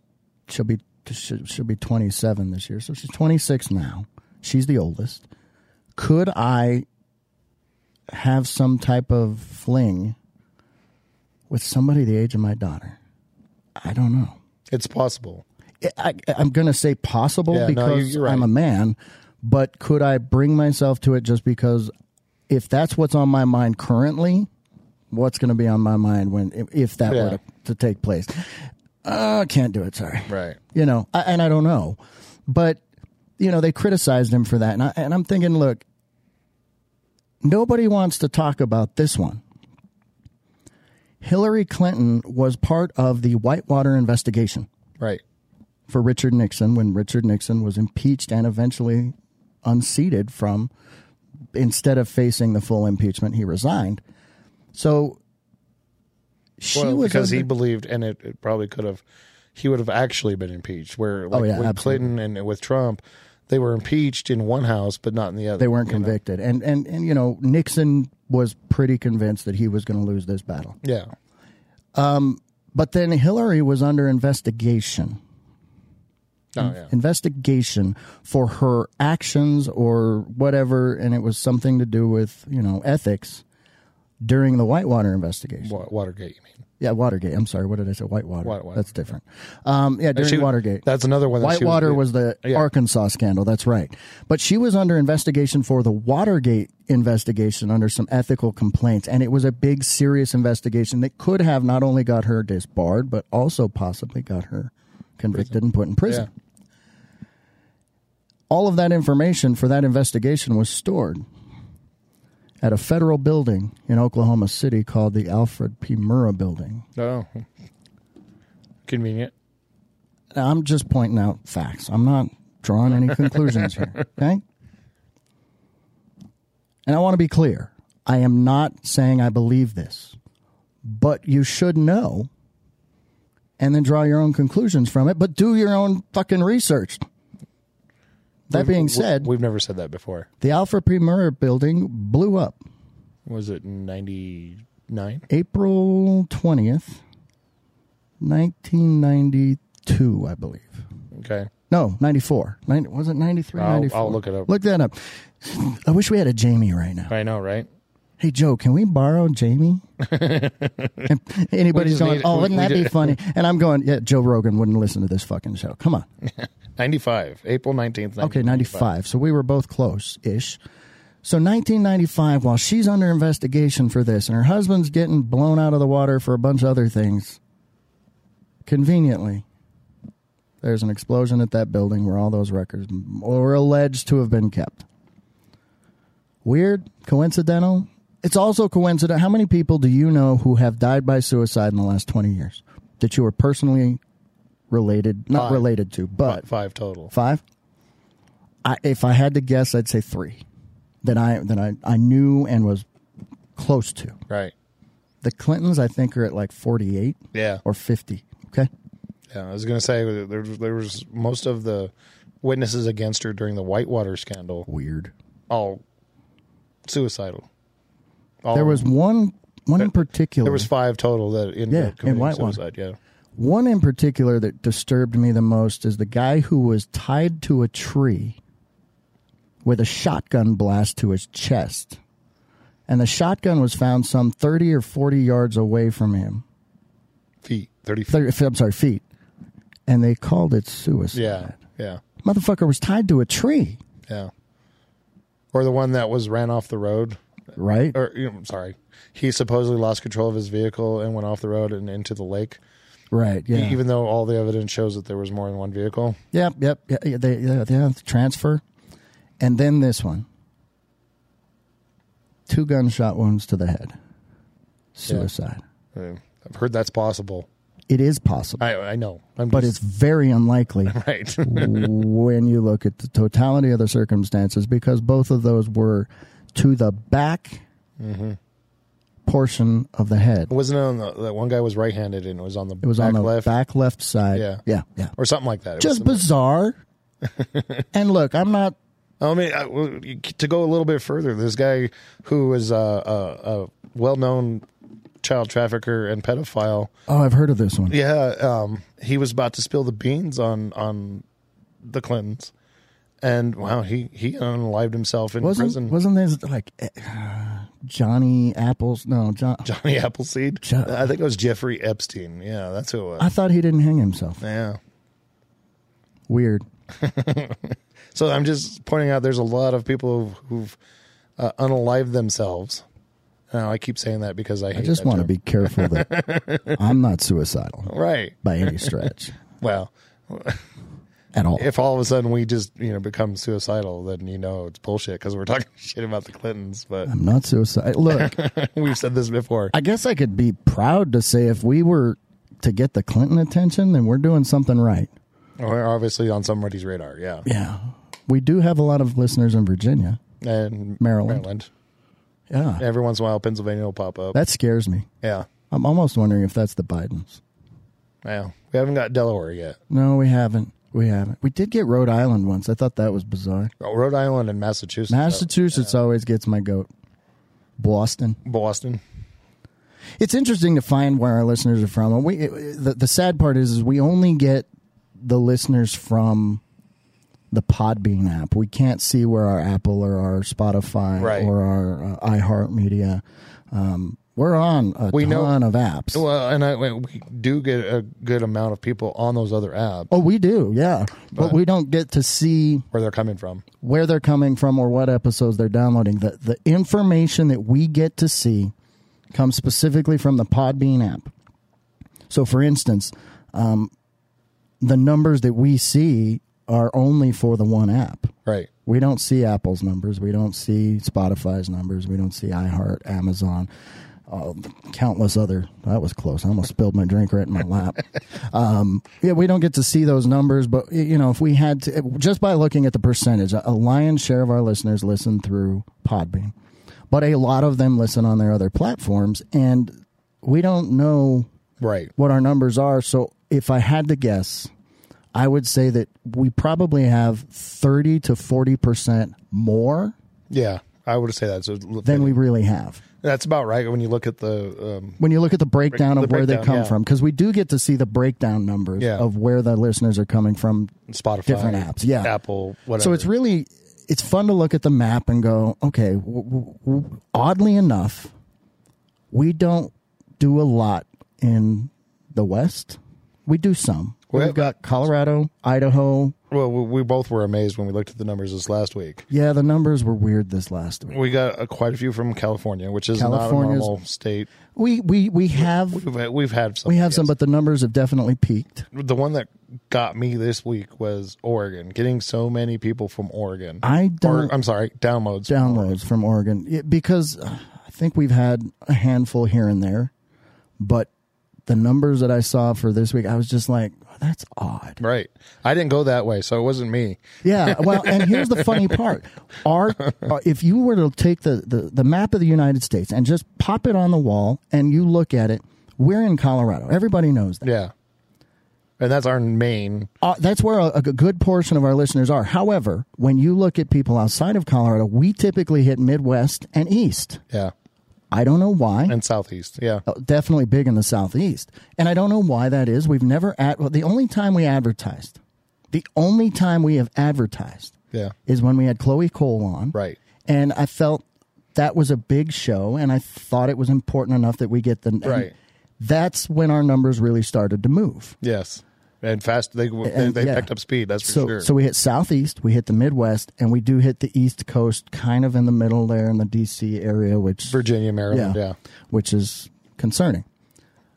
she'll be she'll she'll be 27 this year, so she's 26 now. She's the oldest. Could I have some type of fling with somebody the age of my daughter? I don't know.
It's possible.
I, I'm going to say possible
Yeah, no,
because
you- you're right.
I'm a man, but could I bring myself to it just because if that's what's on my mind currently, what's going to be on my mind when if- if that
Yeah.
were to, to take place? Uh, can't do it. Sorry.
Right.
You know, I, and I don't know, but you know they criticized him for that, and, I, and I'm thinking, look, nobody wants to talk about this one. Hillary Clinton was part of the Whitewater investigation
Right.
for Richard Nixon when Richard Nixon was impeached and eventually unseated from instead of facing the full impeachment he resigned so she
Well,
was
because he
under-
believed, and it, it probably could have, he would have actually been impeached. Where like
Oh, yeah,
with
absolutely.
Clinton and with Trump, they were impeached in one house, but not in the other.
they weren't
you know?
convicted and and and you know Nixon was pretty convinced that he was going to lose this battle
Yeah.
but then Hillary was under investigation
Oh, yeah.
investigation for her actions or whatever and it was something to do with you know ethics during the Whitewater investigation
Wa- Watergate, you mean?
Yeah, Watergate. I'm sorry. What did I say? Whitewater.
Whitewater.
That's different. Um, yeah, during
She-
Watergate.
That's another one. That she
Whitewater was, the
Yeah.
Arkansas scandal. That's right. But she was under investigation for the Watergate investigation under some ethical complaints. And it was a big, serious investigation that could have not only got her disbarred, but also possibly got her convicted and put in prison. All of that information for that investigation was stored at a federal building in Oklahoma City called the Alfred P. Murrah Building.
Oh. Convenient.
Now, I'm just pointing out facts. I'm not drawing any conclusions here. Okay. And I want to be clear. I am not saying I believe this, but you should know and then draw your own conclusions from it, but do your own fucking research. That being said,
We've never said that before.
the Alfred P. Murrah building blew up
Was it 99?
April 20th, 1992, I believe.
Okay.
No, 94. 90, was it 93,
I'll- I'll
94?
look it up.
Look that up. I wish we had a Jamie right now.
I know, right?
Hey, Joe, can we borrow
[LAUGHS]
Jamie? And
We
anybody's
just
going,
need-
oh,
we-
wouldn't
we
that be
did-
funny? And I'm going, yeah, Joe Rogan wouldn't listen to this fucking show. Come on.
95. April 19th.
Okay, 95. So we were both close ish. So 1995, while she's under investigation for this and her husband's getting blown out of the water for a bunch of other things, conveniently, there's an explosion at that building where all those records were alleged to have been kept. Weird? Coincidental? It's also coincidental. How many people do you know who have died by suicide in the last 20 years that you were personally related, not
Five.
related to, but
Five total.
Five. I, if I had to guess, I'd say three that I that I, I knew and was close to.
Right.
The Clintons, I think, are at like forty eight
Yeah.
or fifty. Okay,
Yeah, I was going to say there, there was most of the witnesses against her during the Whitewater scandal
weird.
all suicidal. All
There was one one in particular.
there was five total that ended
Yeah,
up
in
committing
Whitewater.
suicide. Yeah,
One in particular that disturbed me the most is the guy who was tied to a tree with a shotgun blast to his chest. And the shotgun was found some 30 or 40 yards away from him.
Feet, 30 feet.
30, f- I'm sorry, feet. And they called it suicide.
Yeah. Yeah.
Motherfucker was tied to a tree,
Yeah. Or the one that was ran off the road.
right?
Or, you know, I'm sorry. He supposedly lost control of his vehicle and went off the road and into the lake,
right, yeah.
E- even though all the evidence shows that there was more than one vehicle.
Yep, yep, yeah, yeah, they, yeah, they have to transfer, and then this one, two gunshot wounds to the head, suicide.
I mean, I've heard that's possible.
It is possible,
I, I know. I'm
but it's
just,
very
[LAUGHS]
unlikely
right.
when you look at the totality of the circumstances, because both of those were to the back
Mm-hmm.
portion of the head.
Wasn't it on the, that one guy was right handed and it was on the
It was
back
on the
left
back left side.
Yeah.
yeah, yeah.
or something like that. It was
Just
some-
bizarre.
[LAUGHS]
and look, I'm not
I mean, I, well, you- to go a little bit further, this guy who was uh, a, a well-known child trafficker and pedophile,
Oh, I've heard of this one.
yeah, um, he was about to spill the beans on on the Clintons, and wow, he he unalived himself in
wasn't
prison.
wasn't there like uh, Johnny Apples? No, John.
Johnny Appleseed,
Jo-
I think it was Jeffrey Epstein. Yeah, that's who it was.
I thought he didn't hang himself.
yeah.
Weird.
So I'm just pointing out there's a lot of people who've, who've uh, unalived themselves. Now I keep saying that because I,
I just want to be careful that
[LAUGHS]
I'm not suicidal
right.
by any stretch
Well,
at all.
if all of a sudden we just you know become suicidal, then you know it's bullshit because we're [LAUGHS] talking shit about the Clintons. But [LAUGHS]
I'm not suicidal. Look,
we've said this before.
I guess I could be proud to say if we were to get the Clinton attention, then we're doing something right.
We're obviously on somebody's radar. Yeah,
Yeah, we do have a lot of listeners in Virginia.
and
Maryland. Yeah,
Every once in a while, Pennsylvania will pop up.
that scares me.
yeah,
I'm almost wondering if that's the Bidens.
yeah. We haven't got Delaware yet.
No, we haven't. We haven't. We did get Rhode Island once. I thought that was bizarre.
Oh, Rhode Island and Massachusetts.
Massachusetts always gets my goat. Boston.
Uh, Boston.
It's interesting to find where our listeners are from. And we the, the sad part is, is we only get the listeners from the Podbean app. We can't see where our Apple or our Spotify
Right.
or our uh, iHeartMedia. Um, we're on a
We know-
ton of apps.
Well, and I, we do get a good amount of people on those other apps
oh, we do, yeah. But, we don't get to see
where they're coming from.
where they're coming from or what episodes they're downloading. The the information that we get to see comes specifically from the Podbean app. So, for instance, um, the numbers that we see are only for the one app.
Right.
We don't see Apple's numbers. We don't see Spotify's numbers. We don't see iHeart, Amazon, uh, countless other. That was close. I almost spilled my drink right in my lap. Um, yeah, we don't get to see those numbers, but y- you know, if we had to, just by looking at the percentage, a a lion's share of our listeners listen through Podbean, but a lot of them listen on their other platforms, and we don't know
Right.
what our numbers are. So if I had to guess, I would say that we probably have 30 to 40% more
Yeah. I would say that's a,
than we really have.
that's about right when you look at the um,
When you look at the breakdown
The
of where they
breakdown,
come
yeah.
from, because we do get to see the breakdown numbers
Yeah.
of where the listeners are coming from.
Spotify,
Different apps, yeah.
Apple, whatever.
So it's really it's fun to look at the map and go, okay. W- w- w- oddly enough, we don't do a lot in the West. We do some.
Well,
We've got Colorado, Idaho,
Well, we we both were amazed when we looked at the numbers this last week.
Yeah, the numbers were weird this last week.
We got uh, quite a few from California, which is
California's-
not a normal state.
We we we have
We've, we've had some.
we have some,
yes.
but the numbers have definitely peaked.
the one that got me this week was Oregon. Getting so many people from Oregon.
I
or,
don't
I'm sorry, downloads.
downloads from Oregon Yeah, because uh, I think we've had a handful here and there, but the numbers that I saw for this week, I was just like, "Oh, that's odd.
Right. I didn't go that way, so it wasn't me.
Yeah, well, and here's the funny part: our uh, if you were to take the, the the map of the United States and just pop it on the wall and you look at it, we're in Colorado. Everybody knows that.
Yeah. And that's our main.
uh, that's where a, a good portion of our listeners are. However, when you look at people outside of Colorado, we typically hit Midwest and East.
Yeah.
I don't know why.
And southeast. Yeah.
Uh, Definitely big in the Southeast, and I don't know why that is. We've never at well, the only time we advertised, the only time we have advertised
Yeah.
is when we had Chloe Cole on.
Right.
And I felt that was a big show, and I thought it was important enough that we get the and
Right.
That's when our numbers really started to move.
Yes. And fast, they they,
And,
they
yeah.
picked up speed. That's for
So,
sure.
so we hit southeast, we hit the Midwest, and we do hit the East Coast, kind of in the middle there in the D.C. area, which
Virginia, Maryland. Yeah.
which is concerning.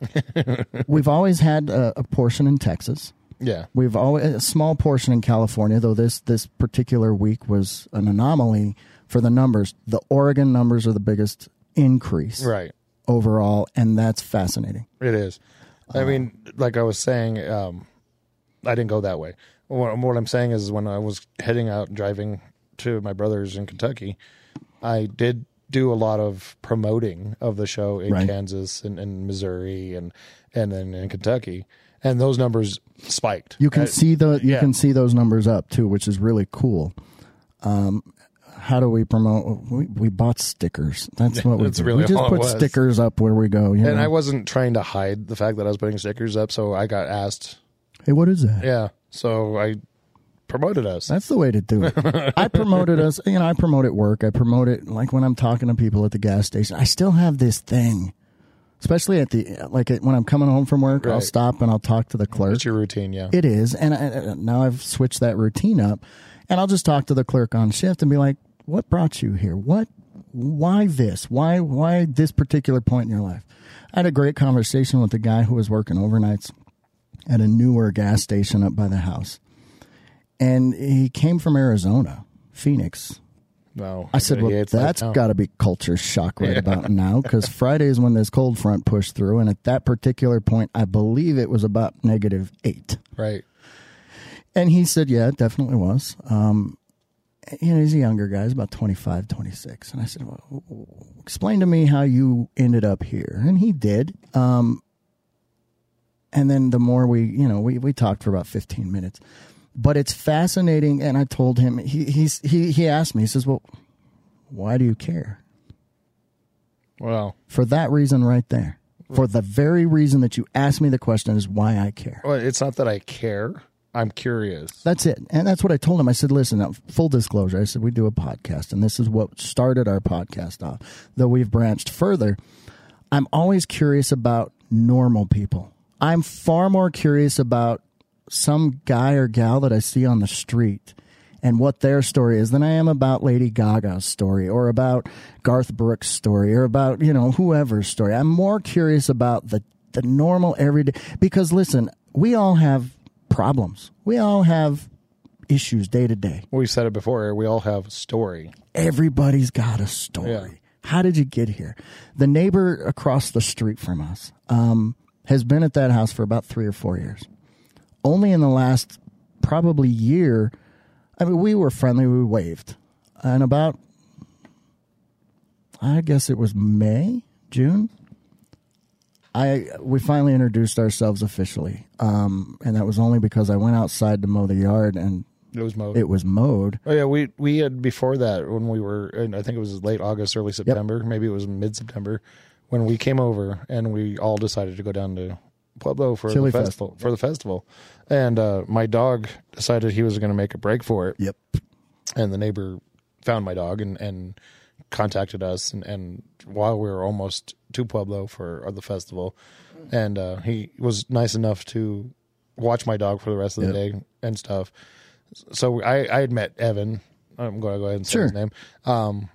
[LAUGHS] We've always had a, a portion in Texas.
Yeah.
We've always a small portion in California, though this this particular week was an anomaly for the numbers. The Oregon numbers are the biggest increase
Right.
overall, and that's fascinating.
It is. I
Uh,
mean, like I was saying, um, I didn't go that way. What, what I'm saying is, when I was heading out and driving to my brother's in Kentucky, I did do a lot of promoting of the show in
Right.
Kansas and, and Missouri and and then in Kentucky, and those numbers spiked.
You can
Uh,
see the you
yeah.
can see those numbers up too, which is really cool. Um, how do we promote? We, we bought stickers. That's what we
That's
did.
really
we just
all it
put
was.
stickers up where we go. You
and
know?
I wasn't trying to hide the fact that I was putting stickers up, so I got asked.
hey, what is that?
Yeah, so I promoted us.
That's the way to
[LAUGHS]
do it. I promoted us, you know, I promote at work. I promote it like when I'm talking to people at the gas station. I still have this thing, especially at the, like when I'm coming home from work, I'll
Right.
stop and I'll talk to the clerk.
It's your routine, yeah.
It is. And I, now I've switched that routine up and I'll just talk to the clerk on shift and be like, what brought you here? What, why this? Why, why this particular point in your life? I had a great conversation with a guy who was working overnights at a newer gas station up by the house. And he came from Arizona, Phoenix.
No,
I said,
he
well,
hates that
that's
town.
got to be culture shock right about now because Friday is when this cold front pushed through. And at that particular point, I believe it was about negative eight.
right.
And he said, yeah, it definitely was. Um, you know, he's a younger guy, he's about 25, 26. And I said, well, explain to me how you ended up here. And he did. Um, and then the more we, you know, we, we talked for about 15 minutes, but it's fascinating. And I told him, he, he's, he, he asked me, he says, well, why do you care?
Well,
For that reason right there. For the very reason that you asked me the question is why I care.
Well, it's not that I care. I'm curious.
That's it. And that's what I told him. I said, listen, now, full disclosure, I said, we do a podcast, and this is what started our podcast off, though we've branched further. I'm always curious about normal people. I'm far more curious about some guy or gal that I see on the street and what their story is than I am about Lady Gaga's story or about Garth Brooks' story or about, you know, whoever's story. I'm more curious about the, the normal everyday. Because listen, we all have problems, we all have issues day to day.
We've said it before. We all have story.
Everybody's got a story.
Yeah.
How did you get here? The neighbor across the street from us um, has been at that house for about three or four years. Only in the last probably year, I mean, we were friendly, we waved. And about, I guess it was May, June. I we finally introduced ourselves officially, um, and that was only because I went outside to mow the yard and
It was Mo.
it was mowed.
oh yeah, we we had before that when we were. And I think it was late August, early September. Maybe it was mid September when we came over and we all decided to go down to Pueblo for
Chili
the
Fest.
festival. For the festival, and uh, my dog decided he was going to make a break for it.
Yep,
and the neighbor found my dog and and contacted us and, and while we were almost to Pueblo for the festival and uh, he was nice enough to watch my dog for the rest of the day and stuff so I I had met Evan I'm going to go ahead and say his
Sure.
name um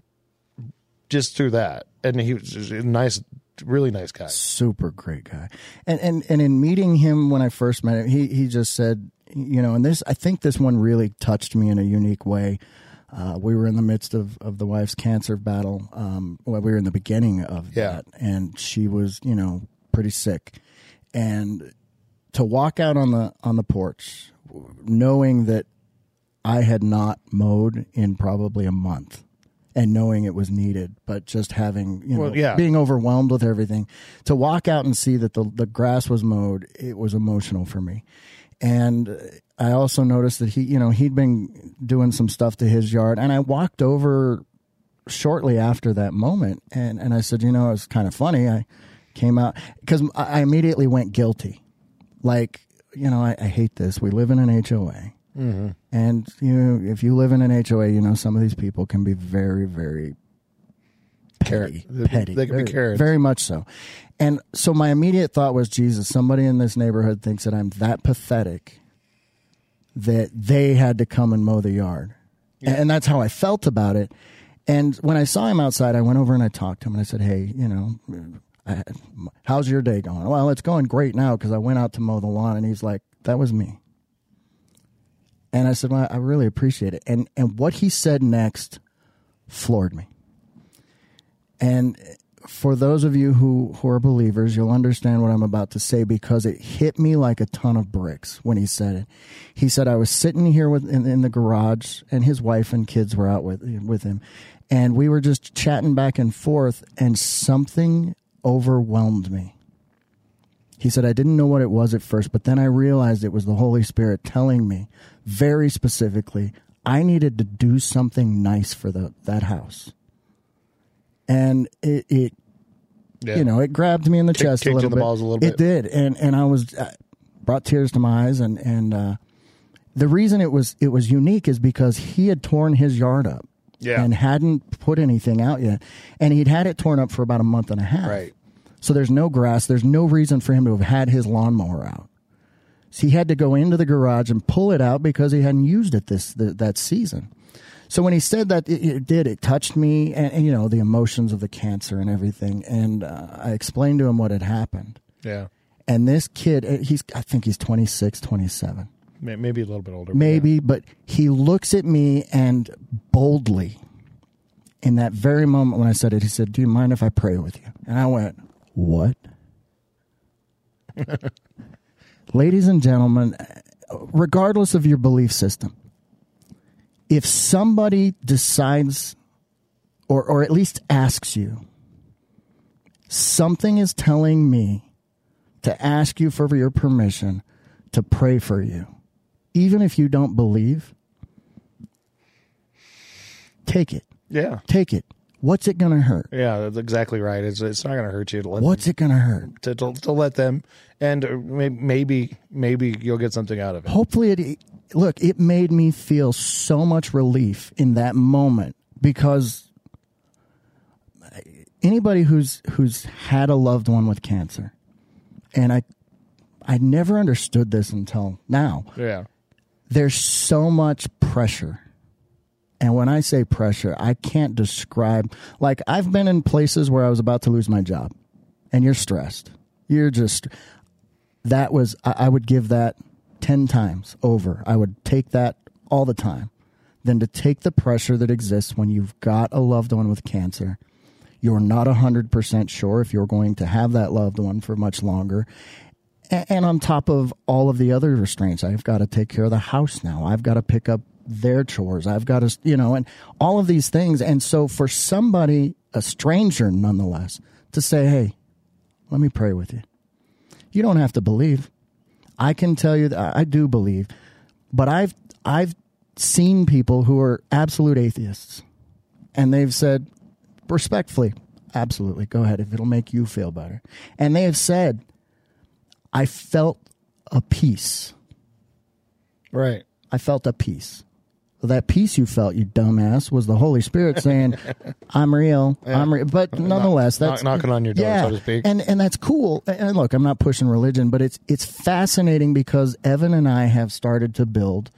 just through that and he was just a nice really nice guy
super great guy. And and and in meeting him when I first met him, he he just said, you know, and this I think this one really touched me in a unique way. Uh, we were in the midst of, of the wife's cancer battle. Um, well, we were in the beginning of
Yeah.
that, and she was, you know, pretty sick. And to walk out on the on the porch, w- knowing that I had not mowed in probably a month and knowing it was needed, but just having, you know,
Well, yeah.
being overwhelmed with everything to walk out and see that the, the grass was mowed, it was emotional for me. And uh, I also noticed that he, you know, he'd been doing some stuff to his yard and I walked over shortly after that moment and, and I said, you know, it's kind of funny. I came out because I I immediately went guilty like you know I, I hate this we live in an hoa And you, know, if you live in an HOA, you know some of these people can be very, very petty.
They-
petty.
they can be
very,
Karens.
Very much so. And so my immediate thought was, Jesus, somebody in this neighborhood thinks that I'm that pathetic that they had to come and mow the yard. And, and that's how I felt about it. And when I saw him outside, I went over and I talked to him and I said, Hey, you know, I, how's your day going? Well, it's going great now because I went out to mow the lawn. And he's like, That was me. And I said, Well, I really appreciate it. And, and what he said next floored me. And for those of you who, who are believers, you'll understand what I'm about to say because it hit me like a ton of bricks when he said it. He said, I was sitting here with, in, in the garage, and his wife and kids were out with, with him. And we were just chatting back and forth, and something overwhelmed me. He said, I didn't know what it was at first, but then I realized it was the Holy Spirit telling me very specifically, I needed to do something nice for the, that house. And it, it
Yeah.
you know, it grabbed me in the
Kick-
chest a
kicked
little
in the
bit.
balls a little
It did, and and I was uh, brought tears to my eyes, and and uh, the reason it was it was unique is because he had torn his yard up,
Yeah.
and hadn't put anything out yet, and he'd had it torn up for about a month and a half,
Right.
So there's no grass. There's no reason for him to have had his lawnmower out. So he had to go into the garage and pull it out because he hadn't used it this th- that season. So when he said that, it, it did. It touched me, and, and, you know the emotions of the cancer and everything. And uh, I explained to him what had happened.
Yeah.
And this kid, uh, he's I think he's 26, 27,
May- Maybe a little bit older. but
maybe, but he looks at me and boldly, in that very moment when I said it, he said, "Do you mind if I pray with you?" And I went, "What?" [LAUGHS] Ladies and gentlemen, regardless of your belief system, if somebody decides or, or at least asks you, something is telling me to ask you for your permission to pray for you, even if you don't believe, take it.
Yeah.
Take it. What's it going to hurt?
Yeah. Yeah. That's exactly right. It's it's not going to hurt you to let
What's it going to hurt?
to, to, to let them, and uh, may- maybe maybe you'll get something out of it.
hopefully it look it made me feel so much relief in that moment because anybody who's who's had a loved one with cancer and i i never understood this until now
Yeah.
there's so much pressure. And when I say pressure, I can't describe. Like, I've been in places where I was about to lose my job, and you're stressed. You're just. That was, I, I would give that 10 times over. I would take that all the time. Than to take the pressure that exists when you've got a loved one with cancer you're not 100% sure if you're going to have that loved one for much longer. A- And on top of all of the other restraints, I've got to take care of the house now. I've got to pick up their chores. I've got to, you know, and all of these things. And so for somebody, a stranger nonetheless, to say, hey, let me pray with you. You don't have to believe. I can tell you that I do believe, but I've, I've seen people who are absolute atheists and they've said, respectfully, absolutely, go ahead if it'll make you feel better. And they have said, I felt a peace.
Right.
I felt a peace. Well, that peace you felt, you dumbass, was the Holy Spirit
[LAUGHS]
saying, "I'm real, I'm real." But nonetheless,
knock-
that's
knocking on your door,
yeah.
so to speak.
And and that's cool. And look, I'm not pushing religion, but it's it's fascinating because Evan and I have started to build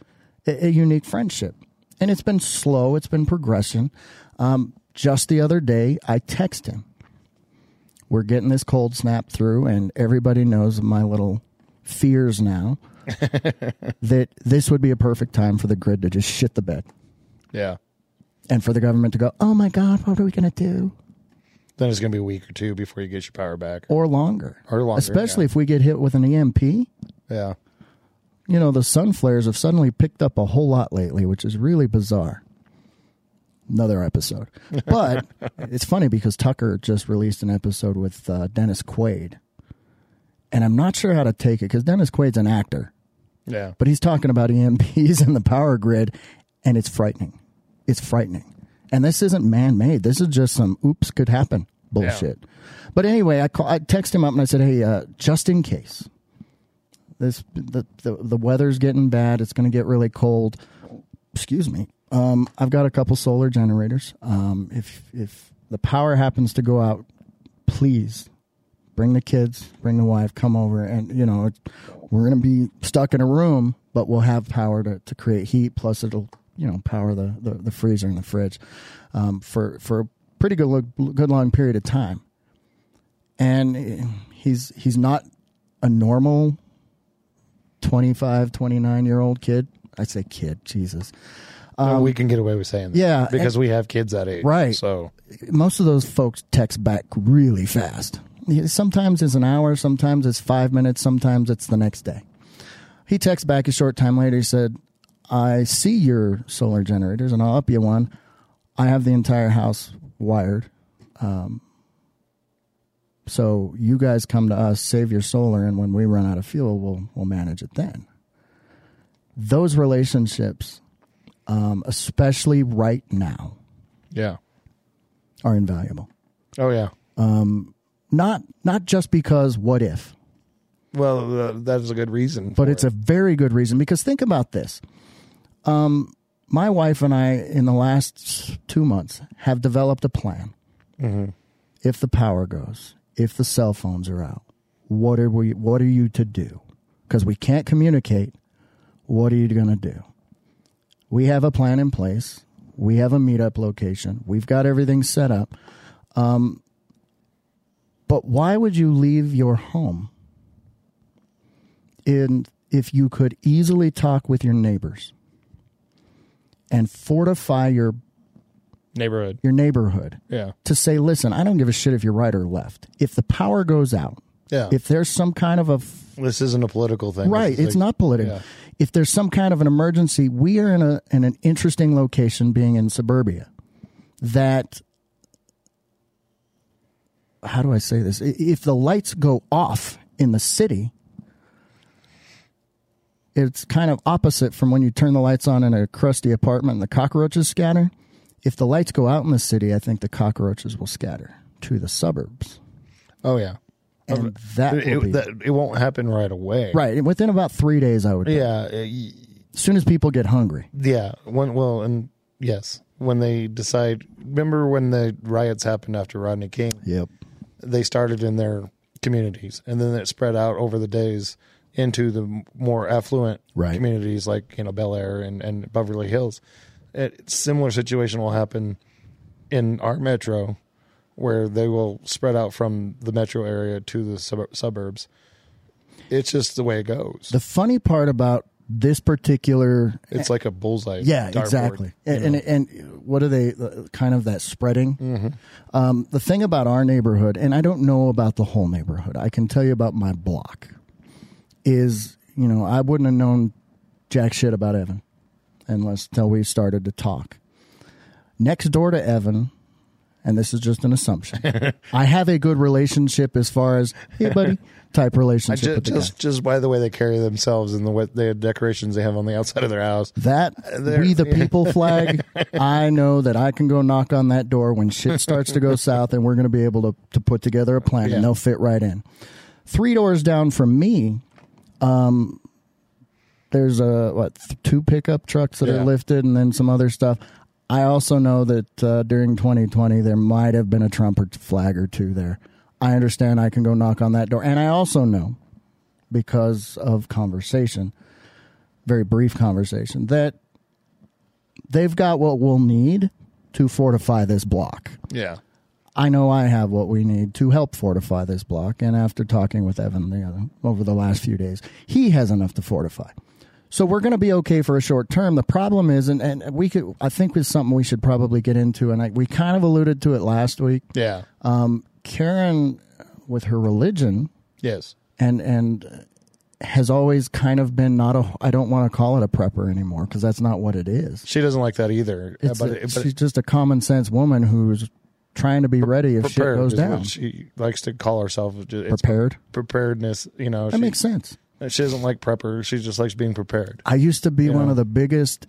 a, a unique friendship, and it's been slow, it's been progression. Um, just the other day, I text him. We're getting this cold snap through, and everybody knows my little fears
[LAUGHS]
now that this would be a perfect time for the grid to just shit the bed
Yeah.
and for the government to go, oh my God, what are we going to do?
Then it's going to be a week or two before you get your power back.
Or longer.
Or longer,
Especially
yeah.
if we get hit with an E EMP. You
Yeah.
know, the sun flares have suddenly picked up a whole lot lately, which is really bizarre. Another
[LAUGHS]
episode. But it's funny because Tucker just released an episode with uh, Dennis Quaid. And I'm not sure how to take it because Dennis Quaid's an actor.
Yeah.
but he's talking about EMPs [LAUGHS] and the power grid, and it's frightening. It's frightening. And this isn't man made. This is just some oops could happen bullshit. But anyway, I call, I text him up and I said, hey, uh, just in case, This the the, the weather's getting bad. It's going to get really cold. Excuse me. Um, I've got a couple solar generators. Um, if if the power happens to go out, please bring the kids, bring the wife, come over, and you know it, we're going to be stuck in a room, but we'll have power to, to create heat. Plus, it'll you know power the, the, the freezer and the fridge um, for for a pretty good look, good long period of time. And he's he's not a normal 25, 29 year old kid. I say kid, Jesus.
Well, we can get away with saying that.
Um, yeah,
Because we have kids that age.
Right.
So
most of those folks text back really fast. Sometimes it's an hour, sometimes it's five minutes, sometimes it's the next day. He texts back a short time later. He said, I see your solar generators and I'll up you one. I have the entire house wired. Um, so you guys come to us, save your solar, and when we run out of fuel, we'll, we'll manage it then. Those relationships, um, especially right now,
yeah.
are invaluable.
Oh yeah.
not not just because what if
Well, uh, that is a good reason.
but it's a very good reason because think about this um my wife and I in the last 2 months have developed a plan if the power goes if the cell phones are out what are we what are you to do cuz we can't communicate what are you going to do we have a plan in place we have a meetup location we've got everything set up um but why would you leave your home in if you could easily talk with your neighbors and fortify your
neighborhood.
your neighborhood
Yeah.
to say listen i don't give a shit if you're right or left if the power goes out
Yeah.
if there's some kind of a f-
this isn't a political thing.
right
This is
it's
a-
not political
yeah.
if there's some kind of an emergency we are in a in an interesting location being in suburbia that how do i say this I- if the lights go off in the city it's kind of opposite from when you turn the lights on in a crusty apartment and the cockroaches scatter. If the lights go out in the city, I think the cockroaches will scatter to the suburbs,
Oh yeah.
and that
It,
will be
that, it won't happen right away.
right within about three days. I would, think.
Yeah. uh, y-
as soon as people get hungry,
Yeah. When well and yes, when they decide. Remember when the riots happened after Rodney King?
yep,
They started in their communities, and then it spread out over the days into the m- more affluent
Right.
communities like you know Bel Air and, and Beverly Hills. It, similar situation will happen in our metro, where they will spread out from the metro area to the sub- suburbs. It's just the way it goes.
The funny part about this particular
it's like a bullseye.
Yeah,
dartboard.
exactly. And, and and what are they uh, kind of that spreading?
Mm-hmm.
Um, the thing about our neighborhood, and I don't know about the whole neighborhood. I can tell you about my block. Is you know I wouldn't have known jack shit about Evan unless until we started to talk. Next door to Evan. And this is just an assumption.
[LAUGHS]
I have a good relationship as far as hey buddy type relationship
Ju-
with the
just,
guy.
just by the way they carry themselves and the way the decorations they have on the outside of their house.
That
Uh, there-
we the
[LAUGHS]
people flag. I know that I can go knock on that door when shit starts to
[LAUGHS]
go south, and we're going to be able to to put together a plan,
Yeah.
and they'll fit right in. Three doors down from me, um, there's a what th- two pickup trucks that
Yeah.
are lifted, and then some other stuff. I also know that uh, during 2020 there might have been a Trump or flag or two there. I understand I can go knock on that door, and I also know because of conversation very brief conversation that they've got what we'll need to fortify this block.
Yeah.
I know I have what we need to help fortify this block. And after talking with Evan the other over the last few days, he has enough to fortify. So we're going to be okay for a short term. The problem is, and, and we could, I think it's something we should probably get into. And I, we kind of alluded to it last week.
Yeah.
Karen, with her religion,
yes.
and and has always kind of been not a I don't want to call it a prepper anymore because that's not what it is.
She doesn't like that either.
It's
but
a-
it- but
she's just a common sense woman who's trying to be ready if shit
prepared
goes
is what
down.
She likes to call herself ju- it's
Prepared.
preparedness. You know,
That
she,
makes sense.
she doesn't like prepper. She just likes being prepared.
I used to be one
know.
of the biggest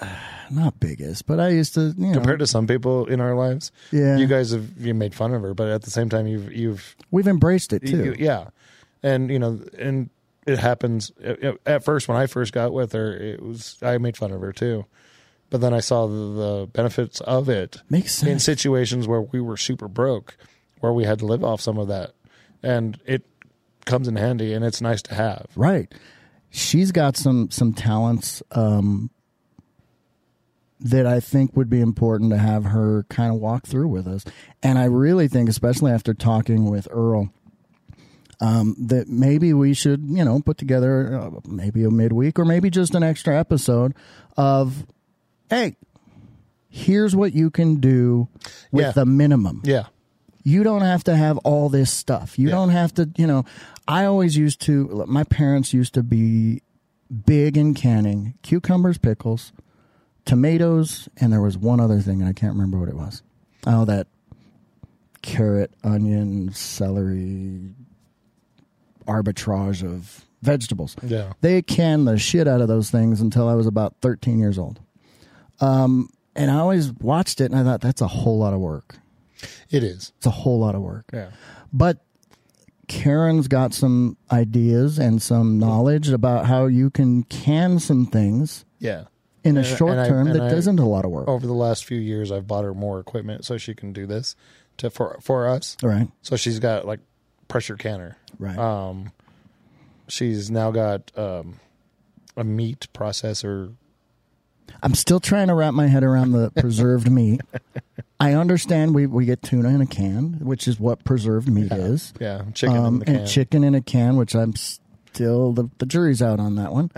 uh, not biggest, but I used to you know,
Compared to some people in our lives,
Yeah.
you guys have you made fun of her, but at the same time, you've you've
we've embraced it too.
You- yeah, and you know, and it happens it- it- at first when I first got with her, it was I made fun of her too. But then I saw the, the benefits of it
Makes
in
sense.
situations where we were super broke, where we had to live off some of that. And it comes in handy and it's nice to have.
Right. She's got some some talents um, that I think would be important to have her kind of walk through with us. And I really think, especially after talking with Earl, um, that maybe we should, you know, put together uh, maybe a midweek or maybe just an extra episode of, hey, here's what you can do with
Yeah.
the minimum
Yeah.
you don't have to have all this stuff. You don't have to, you know, I always used to, look, my parents used to be big in canning cucumbers, pickles, tomatoes, and there was one other thing, and I can't remember what it was. Oh, that carrot, onion, celery arbitrage of vegetables.
Yeah.
They canned the shit out of those things until I was about 13 years old. Um, and I always watched it and I thought, that's a whole lot of work.
It is.
It's a whole lot of work.
Yeah.
But Karen's got some ideas and some knowledge about how you can can some things
Yeah.
in a
And-
short
and I-
term
and
that
I- Oh.
doesn't a lot of work.
Over the last few years I've bought her more equipment so she can do this to for for us.
Right.
So she's got like pressure canner.
Right.
Um, she's now got um, a meat processor.
I'm still trying to wrap my head around
[LAUGHS]
the preserved meat. I understand we, we get tuna in a can, which is what preserved meat is.
Yeah, chicken in
um,
the can.
and chicken in a can, which I'm still the, the jury's out on that
[LAUGHS]
one.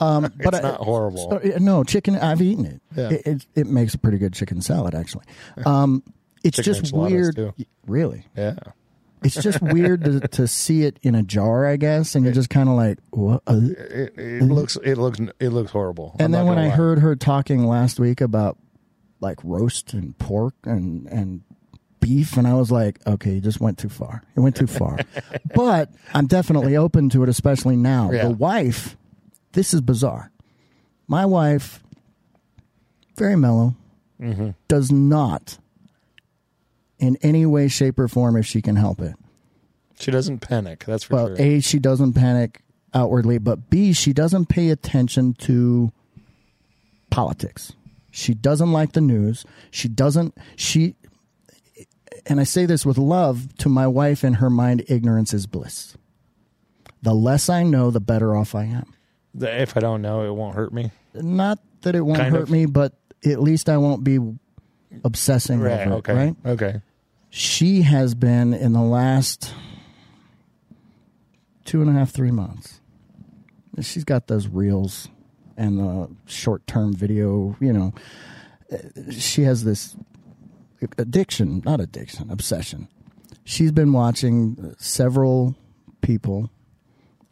Um, but
it's not horrible.
So, uh, no, chicken. I've eaten it.
Yeah.
It, it. it makes a pretty good chicken salad, actually. Um, it's
Chicken
just
enchiladas,
weird.
too.
Really,
yeah,
it's just weird to, to see it in a jar, I guess, and you're just kind of like, what? Uh,
it, it looks it looks it looks horrible. I'm
and then
not
when
gonna
I
lie.
heard her talking last week about like roast and pork and and beef, and I was like, okay, you just went too far. It went too
[LAUGHS]
far. but I'm definitely open to it, especially now.
Yeah.
The wife, this is bizarre. My wife, very mellow,
Mm-hmm.
does not in any way, shape, or form, if she can help it.
she doesn't panic. That's for
Well,
sure.
A, she doesn't panic outwardly, but B, she doesn't pay attention to politics. She doesn't like the news. She doesn't, she, and I say this with love to my wife in her mind, ignorance is bliss. The less I know, the better off I am.
The- if I don't know, it won't hurt me.
Not that it won't
Kind
hurt
of.
me, but at least I won't be obsessing
Right.
over
Okay.
it, right?
Okay.
she has been in the last two and a half, three months. She's got those reels and the short term video, you know. Uh, She has this addiction, not addiction, obsession. She's been watching several people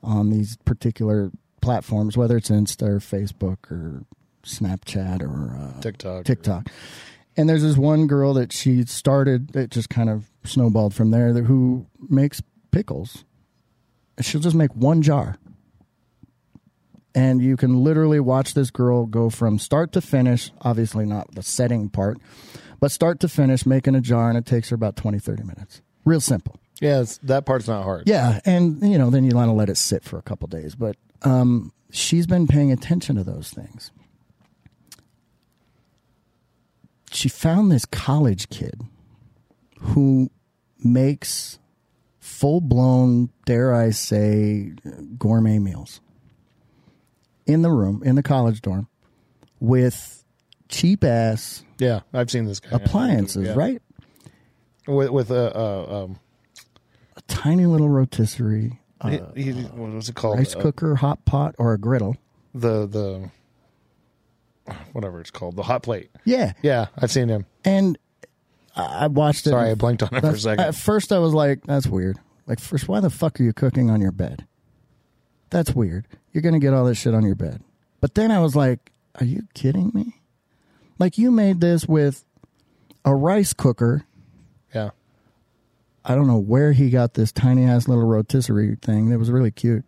on these particular platforms, whether it's Insta or Facebook or Snapchat or uh,
TikTok.
TikTok. And there's this one girl that she started that just kind of snowballed from there that, who makes pickles. She'll just make one jar. And you can literally watch this girl go from start to finish, obviously not the setting part, but start to finish making a jar and it takes her about 20, 30 minutes. Real simple.
Yeah, it's, that part's not hard.
Yeah, and you know, then you want to let it sit for a couple days. But um, she's been paying attention to those things. She found this college kid who makes full blown, dare I say, gourmet meals in the room in the college dorm with cheap ass
Yeah, I've seen this guy.
appliances,
Yeah.
right?
With with a uh, um,
A tiny little rotisserie, a
he- he- what was it called?
rice
Uh,
cooker, hot pot, or a griddle.
the the whatever it's called, the hot plate.
Yeah.
Yeah, I've seen him.
And I I watched it.
Sorry, I blanked on it for a
That's-
second.
At first, I was like, that's weird. Like, first, why the fuck are you cooking on your bed? That's weird. You're going to get all this shit on your bed. But then I was like, are you kidding me? Like, you made this with a rice cooker.
Yeah,
I don't know where he got this tiny ass little rotisserie thing that was really cute,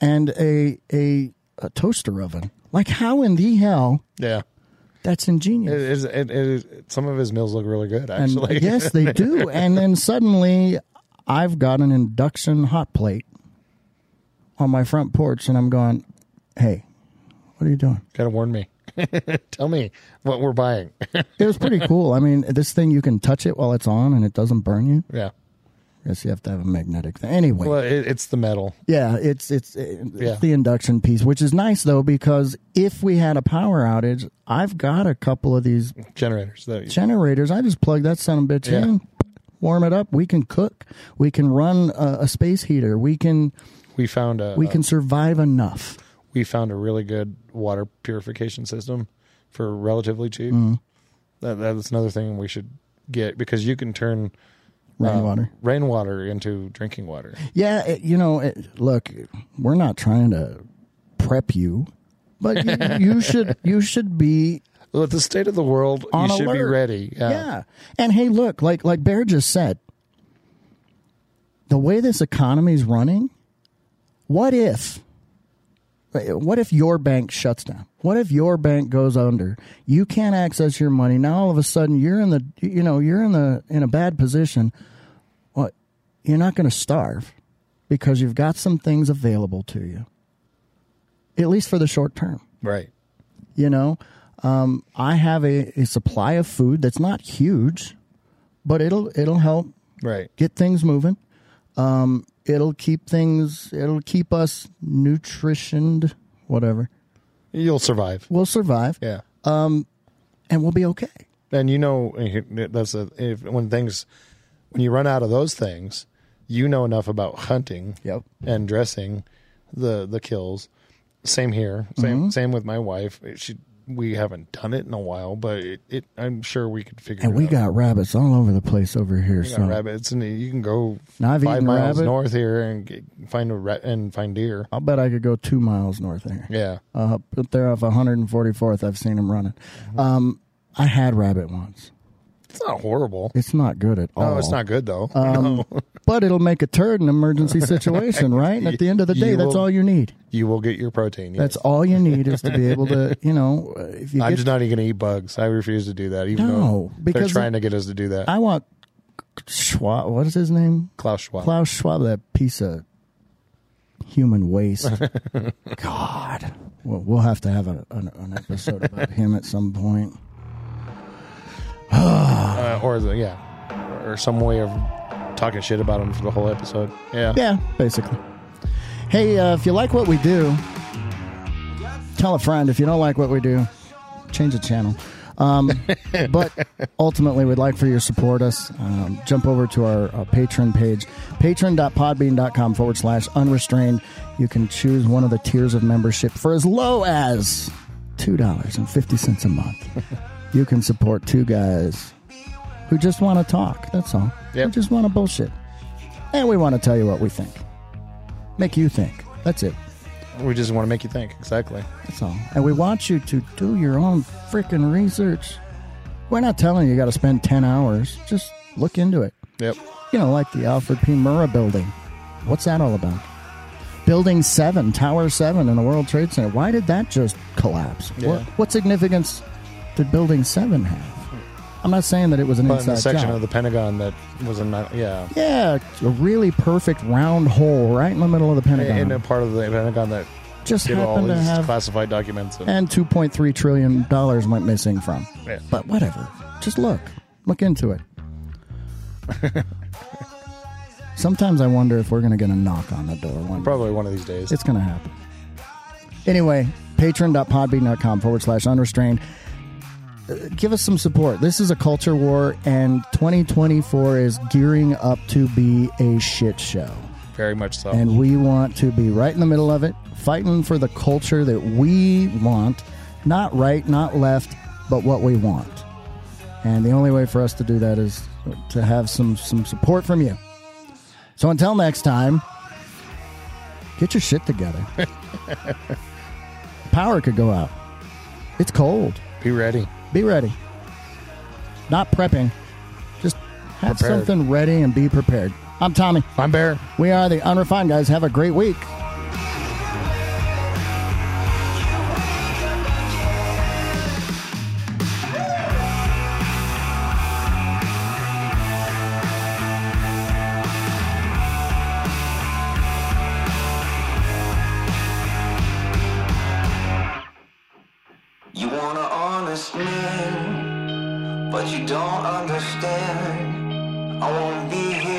and a a, a toaster oven. Like, how in the hell?
yeah.
That's ingenious.
It is. It, it is. Some of his meals look really good,
And
[LAUGHS] actually.
yes, they
[LAUGHS]
do. And then suddenly, I've got an induction hot plate on my front porch and I'm going, hey, what are you doing?
Gotta warn me. [LAUGHS] Tell me what we're buying. [LAUGHS]
It was pretty cool. I mean, this thing, you can touch it while it's on and it doesn't burn you.
yeah.
I guess you have to have a magnetic thing. Anyway.
Well, it, it's the metal.
Yeah, it's it's, it's
Yeah.
the induction piece, which is nice though because if we had a power outage, I've got a couple of these
generators. That,
generators. I just plug that son of a bitch
Yeah.
in, warm it up. We can cook. We can run a, a space heater. We can
we found a
we can survive enough.
we found a really good water purification system for relatively cheap.
Mm-hmm.
That, that's another thing we should get because you can turn
Rainwater.
rainwater into drinking water.
yeah, it, you know, it, look, we're not trying to prep you, but you, you should you should be
With the state of the world,
on
you should be
alert.
ready. Yeah.
yeah. And hey, look, like like Bear just said, the way this economy is running, what if what if your bank shuts down? What if your bank goes under? You can't access your money. Now all of a sudden you're in the you know, you're in the in a bad position. Well, you're not going to starve because you've got some things available to you. At least for the short term
Right.
you know um, i have a, a supply of food that's not huge but it'll it'll help
Right.
get things moving um, it'll keep things it'll keep us nutritioned whatever
You'll survive.
we'll survive
Yeah.
and we'll be okay
And you know eh, that's a, if, when things when you run out of those things, you know enough about hunting
Yep.
and dressing the the kills. Same here. Same
Mm-hmm.
same with my wife. Eh, She we haven't done it in a while, but it, it I'm sure we could figure
and
it
we
out.
got rabbits all over the place over here
We
so
got rabbits, and you can go
Now, I've
five
eaten
miles
rabbit.
north here and get, find a rat and find deer.
i'll bet i could go two miles north of here
Yeah,
uh, up there off 144th i've seen them running
Mm-hmm.
um, i had rabbit once
it's not horrible.
it's not good at all
No, it's not good though.
Um, But it'll make a turd an
[LAUGHS]
emergency situation, right? And at the end of the day,
You
that's
will-
all you need.
[LAUGHS] you will get your protein. yes.
That's all you need is to
[LAUGHS]
be able to, you know, uh, if you
I'm
get,
just not even going to eat bugs. I refuse to do that. Even
No,
though they're
because-
trying to get us to do that.
I want Schwab. What is his name?
Klaus Schwab.
Klaus Schwab. That piece of human
[LAUGHS]
waste. God, well, we'll have to have a, an, an episode about him at some point.
Uh, or the yeah, or some way of talking shit about him for the whole episode. Yeah,
Yeah, basically. Hey, uh, if you like what we do, tell a friend. If you don't like what we do, change the channel. Um, but ultimately, we'd like for you to support us. Um, jump over to our, uh patron page, patron.podbean.com forward slash unrestrained. You can choose one of the tiers of membership for as low as $2.50 a month. you can support two guys who just want to talk. That's all.
Yep.
We just want to bullshit. And we want to tell you what we think. Make you think. That's it.
we just want to make you think. Exactly.
That's all. And we want you to do your own freaking research. We're not telling you you got to spend 10 hours. Just look into it.
Yep.
You know, like the Alfred P. Murrah building. What's that all about? Building 7, Tower 7 in the World Trade Center. Why did that just collapse?
Yeah.
What, what significance did Building 7 have? I'm not saying that it was an
But in
inside
the section
job.
of the Pentagon that was in my yeah.
yeah, a really perfect round hole right in the middle of the Pentagon.
In a part of the Pentagon that
just
did all
happened to
these
have
classified documents. And,
and 2.3 trillion dollars went missing from.
Yeah.
But whatever. Just look. Look into it. Sometimes I wonder if we're going to get a knock on the door one. day.
probably one of these days.
It's going to happen. Anyway, patron.podbean.com forward slash unrestrained. Uh, Give us some support. This is a culture war, and 2024 is gearing up to be a shit show
very much so.
and we want to be right in the middle of it, fighting for the culture that we want, not right, not left, but what we want. And the only way for us to do that is to have some some support from you. So until next time, get your shit together. Power could go out. It's cold.
Be ready.
Be ready. Not prepping. Just have
Prepared.
something ready and be prepared. I'm Tommy.
I'm Bear.
We are the Unrefined Guys. Have a great week.
You want an honest man, but you don't understand. I won't be here.